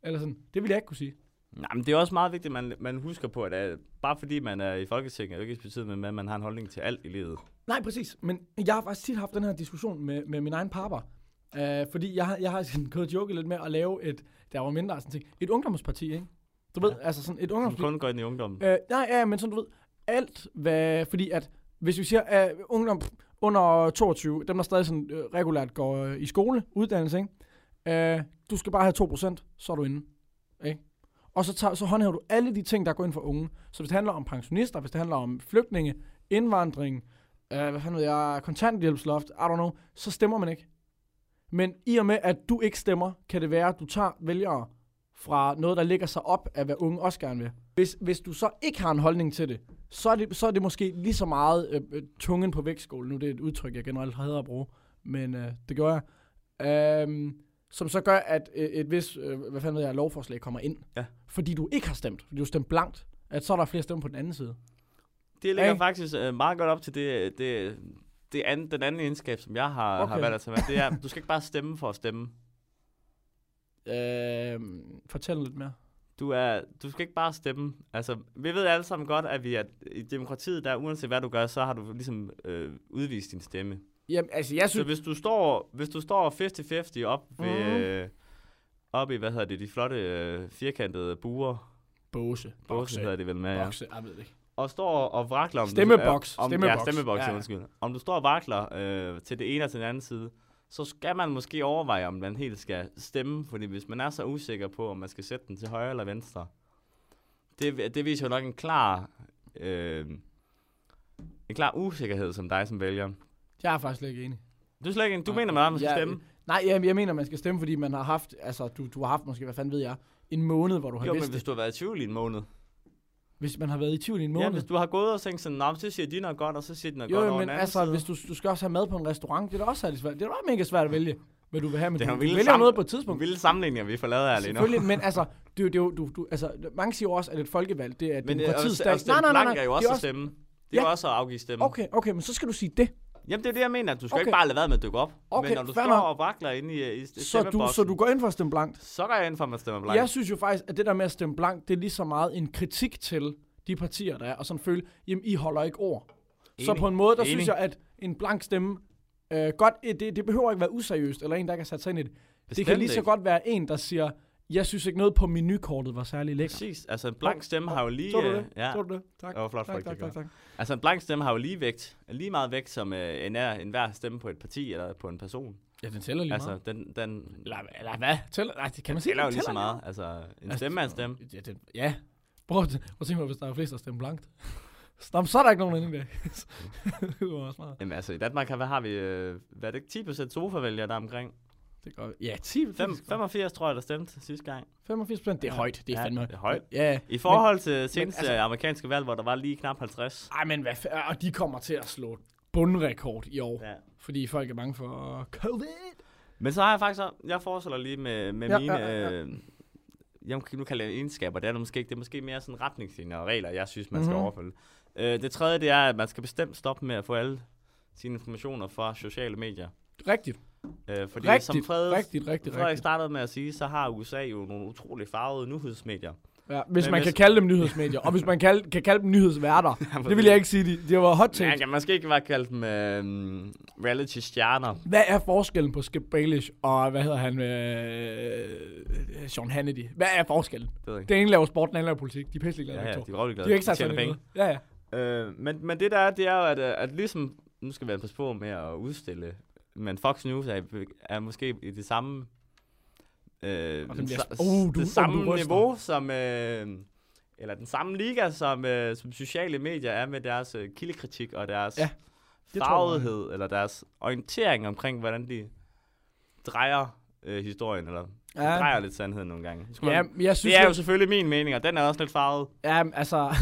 [SPEAKER 3] Eller sådan, det vil jeg ikke kunne sige.
[SPEAKER 1] Nej, men det er også meget vigtigt, at man, man husker på, at uh, bare fordi man er i Folketinget, er det ikke betydet med, at man har en holdning til alt i livet.
[SPEAKER 3] Nej, præcis. Men jeg har faktisk tit haft den her diskussion med, med min egen papper. Øh, fordi jeg, har- jeg har sådan gået og joket lidt med at lave et, der var mindre sådan ting, et ungdomsparti, ikke? Du ved, altså sådan et
[SPEAKER 1] Man
[SPEAKER 3] ungdomsparti.
[SPEAKER 1] kun går ind i ungdommen.
[SPEAKER 3] Øh, nej, ja, men sådan du ved, alt hvad, fordi at, hvis vi siger, at ungdom under 22, dem der stadig sådan øh, regulært går øh, i skole, uddannelse, ikke? Øh, du skal bare have 2%, så er du inde. Ikke? Og så, tager, så håndhæver du alle de ting, der går ind for unge. Så hvis det handler om pensionister, hvis det handler om flygtninge, indvandring, øh, hvad fanden ved jeg, kontanthjælpsloft, I don't know, så stemmer man ikke. Men i og med, at du ikke stemmer, kan det være, at du tager vælgere fra noget, der ligger sig op af, hvad unge også gerne vil. Hvis, hvis du så ikke har en holdning til det, så er det, så er det måske lige så meget øh, øh, tungen på vægtskålen. Nu det er et udtryk, jeg generelt hader at bruge, men øh, det gør jeg. Øhm, som så gør, at øh, et vis, øh, hvad fanden ved jeg, lovforslag kommer ind.
[SPEAKER 1] Ja.
[SPEAKER 3] Fordi du ikke har stemt. Fordi du har stemt blankt. At så er der flere stemmer på den anden side.
[SPEAKER 1] Det ligger
[SPEAKER 3] Ikke?
[SPEAKER 1] faktisk øh, meget godt op til det, det, det anden, den anden egenskab, som jeg har, okay. har
[SPEAKER 3] Okay.
[SPEAKER 1] valgt at tage med. Det er, du skal ikke bare stemme for at stemme.
[SPEAKER 3] Øh, fortæl lidt mere.
[SPEAKER 1] Du, er, du skal ikke bare stemme. Altså, vi ved alle sammen godt, at vi er, i demokratiet, der uanset hvad du gør, så har du ligesom øh, udvist din stemme.
[SPEAKER 3] Jamen, altså, jeg
[SPEAKER 1] Så
[SPEAKER 3] synes...
[SPEAKER 1] hvis du står, hvis du står 50-50 op ved,
[SPEAKER 3] Mhm.
[SPEAKER 1] øh, op i, hvad hedder det, de flotte øh, firkantede buer,
[SPEAKER 3] Bose.
[SPEAKER 1] bokse hedder det vel med, ja.
[SPEAKER 3] Bokse, jeg ved det ikke.
[SPEAKER 1] og står og vrakler om du-
[SPEAKER 3] Stemmeboks,
[SPEAKER 1] øh, om,
[SPEAKER 3] stemmeboks.
[SPEAKER 1] Ja, stemmeboks,
[SPEAKER 3] Ja,
[SPEAKER 1] ja.
[SPEAKER 3] ja.
[SPEAKER 1] undskyld. Om du står og vakler øh, til det ene og til den anden side, så skal man måske overveje, om man helt skal stemme, fordi hvis man er så usikker på, om man skal sætte den til højre eller venstre, det, det viser jo nok en klar, øh, en klar usikkerhed som dig som vælger.
[SPEAKER 3] Jeg er faktisk slet ikke enig.
[SPEAKER 1] Du, er slet ikke, du
[SPEAKER 3] Nej,
[SPEAKER 1] mener, man, at man skal
[SPEAKER 3] jeg-
[SPEAKER 1] stemme?
[SPEAKER 3] Nej, jeg, jeg mener, man skal stemme, fordi man har haft... Altså, du, du har haft måske, hvad fanden ved jeg, en måned, hvor du har
[SPEAKER 1] Jo,
[SPEAKER 3] vidst
[SPEAKER 1] men
[SPEAKER 3] det.
[SPEAKER 1] hvis du har været i tvivl i en måned.
[SPEAKER 3] Hvis man har været i tvivl i en
[SPEAKER 1] Ja,
[SPEAKER 3] måned.
[SPEAKER 1] hvis du har gået og tænkt sådan, "Nå, men så siger de noget godt, og så siger de noget
[SPEAKER 3] jo,
[SPEAKER 1] godt
[SPEAKER 3] jo,
[SPEAKER 1] over den
[SPEAKER 3] men
[SPEAKER 1] anden
[SPEAKER 3] altså,
[SPEAKER 1] side."
[SPEAKER 3] hvis du, du skal også have mad på en restaurant, det er da også særlig svært. Det er da også mega svært at vælge, hvad du vil have, men
[SPEAKER 1] Det er
[SPEAKER 3] du,
[SPEAKER 1] jo
[SPEAKER 3] du
[SPEAKER 1] vilde
[SPEAKER 3] vælger
[SPEAKER 1] sam-
[SPEAKER 3] noget på et tidspunkt.
[SPEAKER 1] Vilde sammenligninger, vi får lavet her lige nu.
[SPEAKER 3] Selvfølgelig, men altså, det, er jo- det, er jo- du, du, altså, mange siger jo også, at et folkevalg, det er
[SPEAKER 1] Men øh,
[SPEAKER 3] demokratiets
[SPEAKER 1] at-
[SPEAKER 3] dag.
[SPEAKER 1] at stemme blank er jo
[SPEAKER 3] det er
[SPEAKER 1] også at stemme. Det er
[SPEAKER 3] Ja.
[SPEAKER 1] jo også at afgive stemme.
[SPEAKER 3] Okay, okay, men så skal du sige det.
[SPEAKER 1] Jamen, det er det, jeg mener. Du skal
[SPEAKER 3] Okay.
[SPEAKER 1] okay. ikke bare lade være med at dukke op.
[SPEAKER 3] Okay,
[SPEAKER 1] Men når du
[SPEAKER 3] fair
[SPEAKER 1] står
[SPEAKER 3] nok.
[SPEAKER 1] og vakler inde i, i st-
[SPEAKER 3] Så du, så
[SPEAKER 1] stemmeboksen,
[SPEAKER 3] du går ind for at stemme blankt.
[SPEAKER 1] så går jeg ind for, at man stemmer blank.
[SPEAKER 3] Jeg synes jo faktisk, at det der med at stemme blankt, det er lige så meget en kritik til de partier, der er, og sådan føle, jamen, I holder ikke ord. Enig. Så
[SPEAKER 1] Enig.
[SPEAKER 3] på en måde, der
[SPEAKER 1] Enig.
[SPEAKER 3] synes jeg, at en blank stemme, øh, godt, eh, det, det behøver ikke være useriøst, eller en, der ikke har sat sig ind i det. det kan
[SPEAKER 1] Bestemt
[SPEAKER 3] lige så
[SPEAKER 1] ikke.
[SPEAKER 3] godt være en, der siger, jeg synes ikke noget på menukortet var særlig lækkert.
[SPEAKER 1] Præcis. Altså, en blank stemme har jo lige...
[SPEAKER 3] Så du
[SPEAKER 1] øh,
[SPEAKER 3] det?
[SPEAKER 1] Ja.
[SPEAKER 3] Så du det? Tak.
[SPEAKER 1] Det var flot,
[SPEAKER 3] tak,
[SPEAKER 1] Frederik,
[SPEAKER 3] tak,
[SPEAKER 1] det
[SPEAKER 3] tak, tak.
[SPEAKER 1] Altså, en blank stemme har jo lige vægt. Lige meget vægt som øh, en, er, en hver stemme på et parti eller på en person.
[SPEAKER 3] Ja, den tæller lige altså,
[SPEAKER 1] Altså,
[SPEAKER 3] meget.
[SPEAKER 1] den... den
[SPEAKER 3] Eller, eller hvad? Tæller, nej, det kan man sige.
[SPEAKER 1] tæller jo
[SPEAKER 3] den
[SPEAKER 1] lige så
[SPEAKER 3] tæller
[SPEAKER 1] meget. Altså, en
[SPEAKER 3] Altså,
[SPEAKER 1] stemme er en stemme.
[SPEAKER 3] Ja, det, ja. Prøv, at- prøv at tænke mig, hvis der er flest, der stemmer blankt. Nå, men så er der ikke nogen inde i det. det var også meget.
[SPEAKER 1] Jamen altså, i Danmark har, hvad har vi, øh, hvad er det, 10% sofavælgere der er omkring?
[SPEAKER 3] Det går, ja, 10,
[SPEAKER 1] 5,
[SPEAKER 3] 5,
[SPEAKER 1] 85 tror jeg, der stemte sidste gang.
[SPEAKER 3] 85 procent. Det er
[SPEAKER 1] Ja.
[SPEAKER 3] højt. Det er
[SPEAKER 1] Ja,
[SPEAKER 3] fandme
[SPEAKER 1] det er højt.
[SPEAKER 3] Ja.
[SPEAKER 1] I forhold til seneste
[SPEAKER 3] altså-
[SPEAKER 1] altså, amerikanske valg, hvor der var lige knap 50.
[SPEAKER 3] Ej, men hvad fa- Og de kommer til at slå bundrekord i år. Ja.
[SPEAKER 1] Ja.
[SPEAKER 3] Fordi folk er bange for covid.
[SPEAKER 1] Men så har jeg faktisk, også- jeg forestiller lige med, med
[SPEAKER 3] Ja,
[SPEAKER 1] ja, mine,
[SPEAKER 3] ja, ja,
[SPEAKER 1] ja, ja. Øh, jeg kan nu kalde det egenskaber, det er det måske ikke, det er måske mere sådan retningslinjer og regler, jeg synes, man mm-hmm. skal
[SPEAKER 3] Mhm.
[SPEAKER 1] overfølge. Øh, det tredje, det er, at man skal bestemt stoppe med at få alle sine informationer fra sociale medier.
[SPEAKER 3] Rigtigt.
[SPEAKER 1] Øh, fordi
[SPEAKER 3] Rigtigt,
[SPEAKER 1] som Frederik,
[SPEAKER 3] rigtigt, rigtigt,
[SPEAKER 1] Frederik
[SPEAKER 3] rigtigt.
[SPEAKER 1] startede med at sige, så har USA jo nogle utrolig farvede nyhedsmedier.
[SPEAKER 3] Ja, hvis
[SPEAKER 1] Men
[SPEAKER 3] man
[SPEAKER 1] hvis-
[SPEAKER 3] kan kalde dem nyhedsmedier, og hvis man kald, kan kalde dem nyhedsværter. det vil jeg ikke sige, de, de var hot
[SPEAKER 1] Ja,
[SPEAKER 3] take.
[SPEAKER 1] jeg kan måske ikke bare kalde dem øh, reality-stjerner.
[SPEAKER 3] Hvad er forskellen på Skip Baelish og, hvad hedder han, øh, øh, Sean Hannity? Hvad er forskellen?
[SPEAKER 1] Det ved jeg ikke.
[SPEAKER 3] Den ene laver sport, den anden laver politik. De er pisselig glade.
[SPEAKER 1] Ja, ja, de
[SPEAKER 3] begge
[SPEAKER 1] er
[SPEAKER 3] to.
[SPEAKER 1] røvlig glade.
[SPEAKER 3] de har ikke sagt
[SPEAKER 1] tjener
[SPEAKER 3] sådan noget. Ja, ja.
[SPEAKER 1] Øh, men, men det der er, det er jo, at, øh, at ligesom... Nu skal vi passe på med at udstille... Men Fox News er, er måske i det samme... Øh,
[SPEAKER 3] Og den bliver-
[SPEAKER 1] sa-
[SPEAKER 3] Oh, du- oh, du
[SPEAKER 1] det samme
[SPEAKER 3] ryster.
[SPEAKER 1] niveau som... Øh, eller den samme liga, som, øh, som sociale medier er med deres øh, kildekritik og deres
[SPEAKER 3] Ja,
[SPEAKER 1] ja,
[SPEAKER 3] det tror jeg.
[SPEAKER 1] farvethed, eller deres orientering omkring, hvordan de drejer øh, historien, eller ja.
[SPEAKER 3] Ja.
[SPEAKER 1] drejer lidt sandheden nogle gange. Det skal
[SPEAKER 3] Ja,
[SPEAKER 1] man-
[SPEAKER 3] men jeg synes,
[SPEAKER 1] det er jo
[SPEAKER 3] at-
[SPEAKER 1] selvfølgelig min mening, og den er også lidt farvet.
[SPEAKER 3] ja, men altså...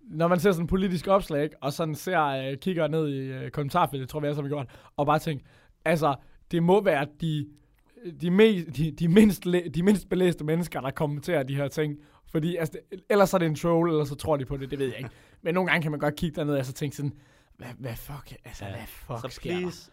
[SPEAKER 3] når man ser sådan en politisk opslag, ikke, og sådan ser, øh, kigger ned i øh, kommentarfeltet, tror jeg, vi alle sammen har gjort, og bare tænker, altså, det må være de, de, me, de, de, mindst, læ- de mindst belæste mennesker, der kommenterer de her ting. Fordi, altså, det- ellers er det en troll, eller så tror de på det, det ved jeg ikke. Men nogle gange kan man godt kigge derned og så tænke sådan, hvad, hvad fuck, altså,
[SPEAKER 1] Ja.
[SPEAKER 3] hvad fuck
[SPEAKER 1] Så
[SPEAKER 3] sker der?
[SPEAKER 1] please,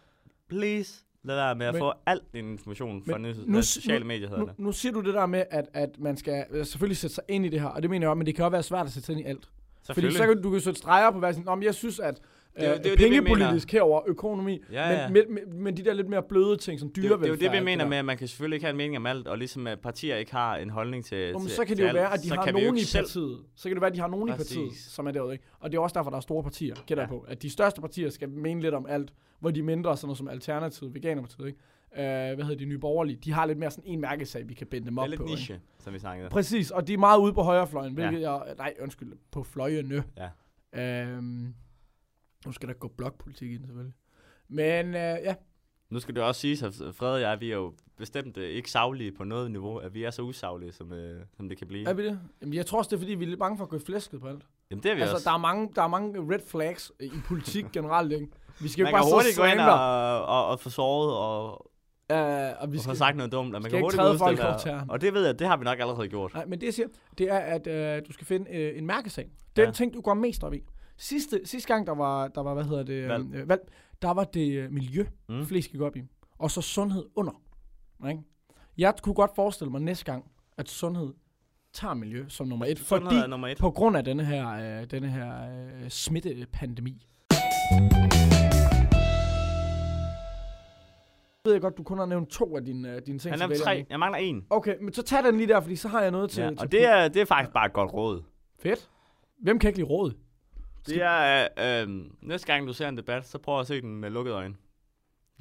[SPEAKER 1] please, lad være med at
[SPEAKER 3] Men-
[SPEAKER 1] men, få al din information fra
[SPEAKER 3] Men
[SPEAKER 1] nyheds-
[SPEAKER 3] nu
[SPEAKER 1] nu,
[SPEAKER 3] si-
[SPEAKER 1] sociale medier, hedder
[SPEAKER 3] Nu,
[SPEAKER 1] det.
[SPEAKER 3] nu siger du det der med, at, at man skal øh, selvfølgelig sætte sig ind i det her, og det mener jeg også, men det kan også være svært at sætte sig ind i alt. Fordi
[SPEAKER 1] Selvfølgelig.
[SPEAKER 3] så kan du kan sætte streger på hver sin, om jeg synes, at øh,
[SPEAKER 1] Det er jo- det er jo det, vi
[SPEAKER 3] pengepolitisk herover økonomi,
[SPEAKER 1] Ja, ja.
[SPEAKER 3] Men, med, med, men de der lidt mere bløde ting, som
[SPEAKER 1] det, er jo-
[SPEAKER 3] dyrevelfærd.
[SPEAKER 1] det er jo det, vi
[SPEAKER 3] og
[SPEAKER 1] mener
[SPEAKER 3] der.
[SPEAKER 1] med, at man kan selvfølgelig ikke have en mening om alt, og ligesom at partier ikke har en holdning til
[SPEAKER 3] Nå, men
[SPEAKER 1] til-
[SPEAKER 3] så kan det
[SPEAKER 1] til
[SPEAKER 3] jo være,
[SPEAKER 1] alt,
[SPEAKER 3] at de
[SPEAKER 1] så
[SPEAKER 3] har
[SPEAKER 1] kan vi jo
[SPEAKER 3] nogen i
[SPEAKER 1] ikke selv-
[SPEAKER 3] partiet. Så kan det være, at de har nogen i partiet,
[SPEAKER 1] Præcis.
[SPEAKER 3] som er derude. Ikke? Og det er også derfor, der er store partier, gætter jeg
[SPEAKER 1] Ja.
[SPEAKER 3] på. At de største partier skal mene lidt om alt, hvor de mindre, sådan noget som Alternativet, Veganerpartiet, ikke? Øh, hvad hedder de nye borgerlige, de har lidt mere sådan en mærkesag, vi kan binde dem
[SPEAKER 1] Det
[SPEAKER 3] op
[SPEAKER 1] er lidt
[SPEAKER 3] på. ikke?
[SPEAKER 1] niche, som vi snakkede.
[SPEAKER 3] Præcis, og de er meget ude på højrefløjen, hvilket ja. jeg... Nej, undskyld, på fløjene.
[SPEAKER 1] Ja.
[SPEAKER 3] Øhm, nu skal der gå blokpolitik ind, selvfølgelig. Men øh, ja,
[SPEAKER 1] Nu skal det også siges, at Fred og jeg, vi er jo bestemt øh, ikke savlige på noget niveau, at vi er så usaglige, som, øh, som det kan blive.
[SPEAKER 3] er vi det? Jamen, jeg tror også, det er, fordi vi er lidt bange for at gå i flæsket på alt.
[SPEAKER 1] Jamen det er vi
[SPEAKER 3] Altså,
[SPEAKER 1] også.
[SPEAKER 3] der er, mange, der er mange red flags øh, i politik generelt, ikke? Vi skal jo
[SPEAKER 1] Man kan
[SPEAKER 3] ikke bare sidde og
[SPEAKER 1] hurtigt gå ind
[SPEAKER 3] slander, og,
[SPEAKER 1] og, og, og få såret og,
[SPEAKER 3] øh, og vi
[SPEAKER 1] og få
[SPEAKER 3] skal...
[SPEAKER 1] sagt noget dumt, og man
[SPEAKER 3] skal
[SPEAKER 1] kan
[SPEAKER 3] ikke
[SPEAKER 1] hurtigt
[SPEAKER 3] træde
[SPEAKER 1] gå ud
[SPEAKER 3] folk
[SPEAKER 1] og
[SPEAKER 3] over
[SPEAKER 1] stille-
[SPEAKER 3] tæerne.
[SPEAKER 1] Og det ved jeg, det har vi nok allerede gjort.
[SPEAKER 3] Nej, men det jeg siger, det er, at øh, du skal finde øh, en mærkesag. Den ja.
[SPEAKER 1] Ja.
[SPEAKER 3] ting, du går mest op i. Sidste, sidste gang, der var, der var, hvad hedder det, øh,
[SPEAKER 1] Valg.
[SPEAKER 3] øh, valg der var det øh, miljø, mm.
[SPEAKER 1] Mm.
[SPEAKER 3] flest gik op i. Og så sundhed under. Ikke? Jeg kunne godt forestille mig næste gang, at sundhed tager miljø som nummer et,
[SPEAKER 1] Sundhed
[SPEAKER 3] fordi
[SPEAKER 1] er nummer et.
[SPEAKER 3] på grund af denne her, øh, denne her øh, smittepandemi. Jeg ved jeg godt, du kun har nævnt to af dine, øh, dine ting.
[SPEAKER 1] Jeg,
[SPEAKER 3] til
[SPEAKER 1] nævner
[SPEAKER 3] vælgerne.
[SPEAKER 1] tre. jeg mangler en.
[SPEAKER 3] Okay, men så tag den lige der, fordi så har jeg noget til.
[SPEAKER 1] Ja,
[SPEAKER 3] til
[SPEAKER 1] og det er, det er faktisk bare et godt råd.
[SPEAKER 3] Fedt. Hvem kan ikke lide råd?
[SPEAKER 1] Det er, øh, næste gang du ser en debat, så prøv at se den med lukkede øjne.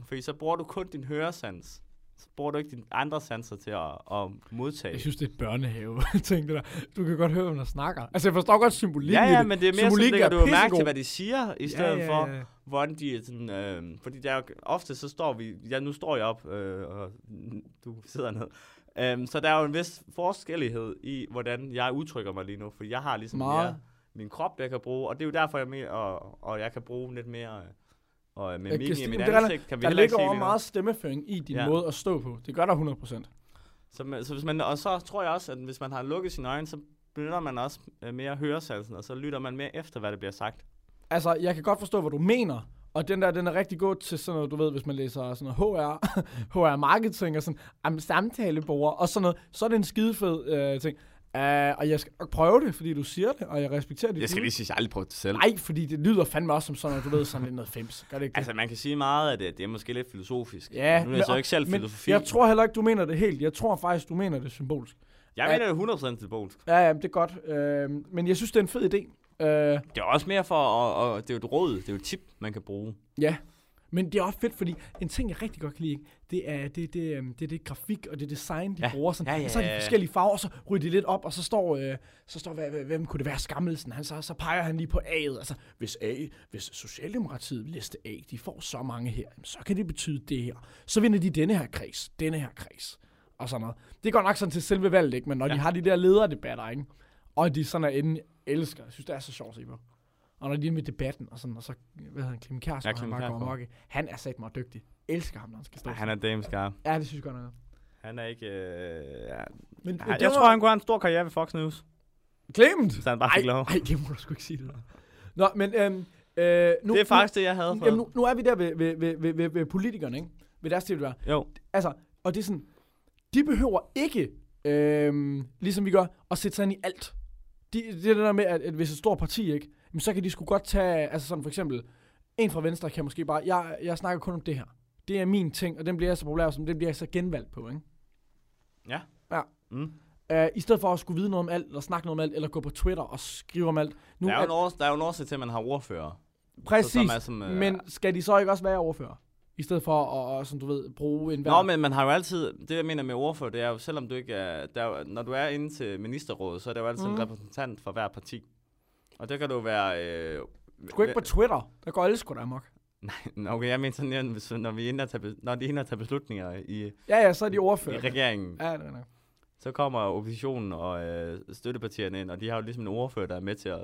[SPEAKER 1] Fordi så bruger du kun din høresans. Så bruger du ikke dine andre sanser til at, at modtage.
[SPEAKER 3] Jeg
[SPEAKER 1] det.
[SPEAKER 3] synes, det er et børnehave-ting, det der. Du kan godt høre, hvem der snakker. Altså, jeg forstår godt symbolikken
[SPEAKER 1] Ja,
[SPEAKER 3] i
[SPEAKER 1] ja, men det er mere
[SPEAKER 3] Symbolik
[SPEAKER 1] sådan, lægger
[SPEAKER 3] er
[SPEAKER 1] du jo mærke
[SPEAKER 3] pissegod.
[SPEAKER 1] til, hvad de siger, i stedet ja, ja, ja. for, hvordan de er sådan, øh, fordi der er jo, ofte så står vi, ja nu står jeg op, øh, og du sidder ned, øh, så der er jo en vis forskellighed i, hvordan jeg udtrykker mig lige nu, for jeg har ligesom
[SPEAKER 3] Meget.
[SPEAKER 1] mere min krop, jeg kan bruge, og det er jo derfor, jeg mere, og, og jeg kan bruge lidt mere, øh, og med
[SPEAKER 3] Jeg
[SPEAKER 1] mimik
[SPEAKER 3] kan-
[SPEAKER 1] i mit
[SPEAKER 3] det er rigtigt.
[SPEAKER 1] ansigt, kan vi
[SPEAKER 3] Der
[SPEAKER 1] heller ikke
[SPEAKER 3] ligger
[SPEAKER 1] se
[SPEAKER 3] over
[SPEAKER 1] lige nu.
[SPEAKER 3] meget stemmeføring i din ja.
[SPEAKER 1] Ja.
[SPEAKER 3] måde at stå på. Det gør der 100%.
[SPEAKER 1] Så, man- så hvis man, og så tror jeg også, at hvis man har lukket sine øjne, så benytter man også øh, mere høresansen, og så lytter man mere efter, hvad der bliver sagt.
[SPEAKER 3] Altså, jeg kan godt forstå, hvad du mener. Og den der, den er rigtig god til sådan noget, du ved, hvis man læser sådan noget HR, HR marketing og sådan, jamen samtalebord og sådan noget, så er det en skidefed øh, ting. Uh, og jeg skal nok prøve det, fordi du siger det, og jeg respekterer det.
[SPEAKER 1] sige, at jeg aldrig prøvet det selv.
[SPEAKER 3] Nej, fordi det lyder fandme også som sådan noget, du ved, sådan lidt noget fems. Gør det ikke det?
[SPEAKER 1] Altså, man kan sige meget, at det, det er måske lidt filosofisk.
[SPEAKER 3] Ja,
[SPEAKER 1] nu er jeg så ikke selv
[SPEAKER 3] men
[SPEAKER 1] filosofi.
[SPEAKER 3] jeg tror heller ikke, du mener det helt. Jeg tror faktisk, du mener det symbolsk.
[SPEAKER 1] jeg mener det er 100% symbolsk.
[SPEAKER 3] Ja, ja, det er godt. Øh, men jeg synes, det er en fed idé. Øh,
[SPEAKER 1] Det er også mere for, og, og det er jo et råd, det er jo et tip, man kan bruge.
[SPEAKER 3] ja, men det er også fedt, fordi en ting, jeg rigtig godt kan lide, ikke? det er det, det, øhm, det, er det grafik og det design, de ja.
[SPEAKER 1] Ja,
[SPEAKER 3] bruger. Sådan.
[SPEAKER 1] ja, ja,
[SPEAKER 3] og så er
[SPEAKER 1] ja,
[SPEAKER 3] de
[SPEAKER 1] ja.
[SPEAKER 3] forskellige farver, og så ryger de lidt op, og så står, øh, så står hvad, hvad- hvem kunne det være, Skammelsen? Han, så, så peger han lige på A'et. Altså, hvis, A, hvis Socialdemokratiet liste A, de får så mange her, jamen, så kan det betyde det her. Så vinder de denne her kreds, denne her kreds, og sådan noget. Det går nok sådan til selve valget, ikke? men når ja. de har de der lederdebatter, ikke? og de sådan er inde, elsker, jeg synes, det er så sjovt at se på. Og når de er inde med debatten, og, sådan, og så, hvad hedder han, Clemen Kjærsgaard,
[SPEAKER 1] Ja,
[SPEAKER 3] han
[SPEAKER 1] Clemen
[SPEAKER 3] bare går
[SPEAKER 1] Kjærsgaard.
[SPEAKER 3] amok i. Han er sat mig dygtig. Elsker ham, når han skal stå.
[SPEAKER 1] Ej, han er dame skarp.
[SPEAKER 3] Ja, det synes jeg godt nok.
[SPEAKER 1] Han er ikke... Øh, ja.
[SPEAKER 3] Men, men
[SPEAKER 1] Ej,
[SPEAKER 3] det
[SPEAKER 1] jeg
[SPEAKER 3] var-
[SPEAKER 1] tror, han kunne have en stor karriere ved Fox News,
[SPEAKER 3] Clement!
[SPEAKER 1] hvis han bare fik lov.
[SPEAKER 3] Ej, det må du sgu ikke sige det der. Nå, men øhm, øh, nu,
[SPEAKER 1] Det er faktisk det, jeg havde
[SPEAKER 3] nu,
[SPEAKER 1] for.
[SPEAKER 3] jamen, nu, nu er vi der ved, ved, ved, ved, ved, ved politikerne, ikke? Ved deres tilværelse.
[SPEAKER 1] Jo,
[SPEAKER 3] Altså, og det er sådan, de behøver ikke, øhm, ligesom vi gør, at sætte sig ind i alt. De, det er det der med, at, at hvis et stort parti ikke, jamen, så kan de sgu godt tage, altså sådan for eksempel, en fra Venstre kan måske bare, jeg, jeg snakker kun om det her. Det er min ting, og den bliver jeg så populær som, den bliver jeg så genvalgt på, ikke?
[SPEAKER 1] Ja.
[SPEAKER 3] Ja.
[SPEAKER 1] Mm.
[SPEAKER 3] Uh, I stedet for at skulle vide noget om alt, eller snakke noget om alt, eller gå på Twitter og skrive om alt. Nu
[SPEAKER 1] der, er jo
[SPEAKER 3] er,
[SPEAKER 1] en års, der er jo en årsag til, at man har ordfører.
[SPEAKER 3] præcis,
[SPEAKER 1] som er som, øh,
[SPEAKER 3] men skal de så ikke også være overfører? I stedet for at, at som du ved, bruge en
[SPEAKER 1] Nå, men man har jo altid, det jeg mener med ordfører, det er jo, selvom du ikke er, der, er jo- når du er inde til ministerrådet, så er der jo altid mm. en repræsentant for hver parti. Og det kan du være... Øh,
[SPEAKER 3] Gå ikke på Twitter, der går alle sgu da amok.
[SPEAKER 1] Nå, Okay, jeg mener sådan, at hvis- når, vi er inde og tage, be- når de er inde og tager beslutninger i, i
[SPEAKER 3] Ja, ja, så er de overfører.
[SPEAKER 1] regeringen,
[SPEAKER 3] Ja, det er nok.
[SPEAKER 1] så kommer oppositionen og øh, støttepartierne ind, og de har jo ligesom en ordfører, der er med til at,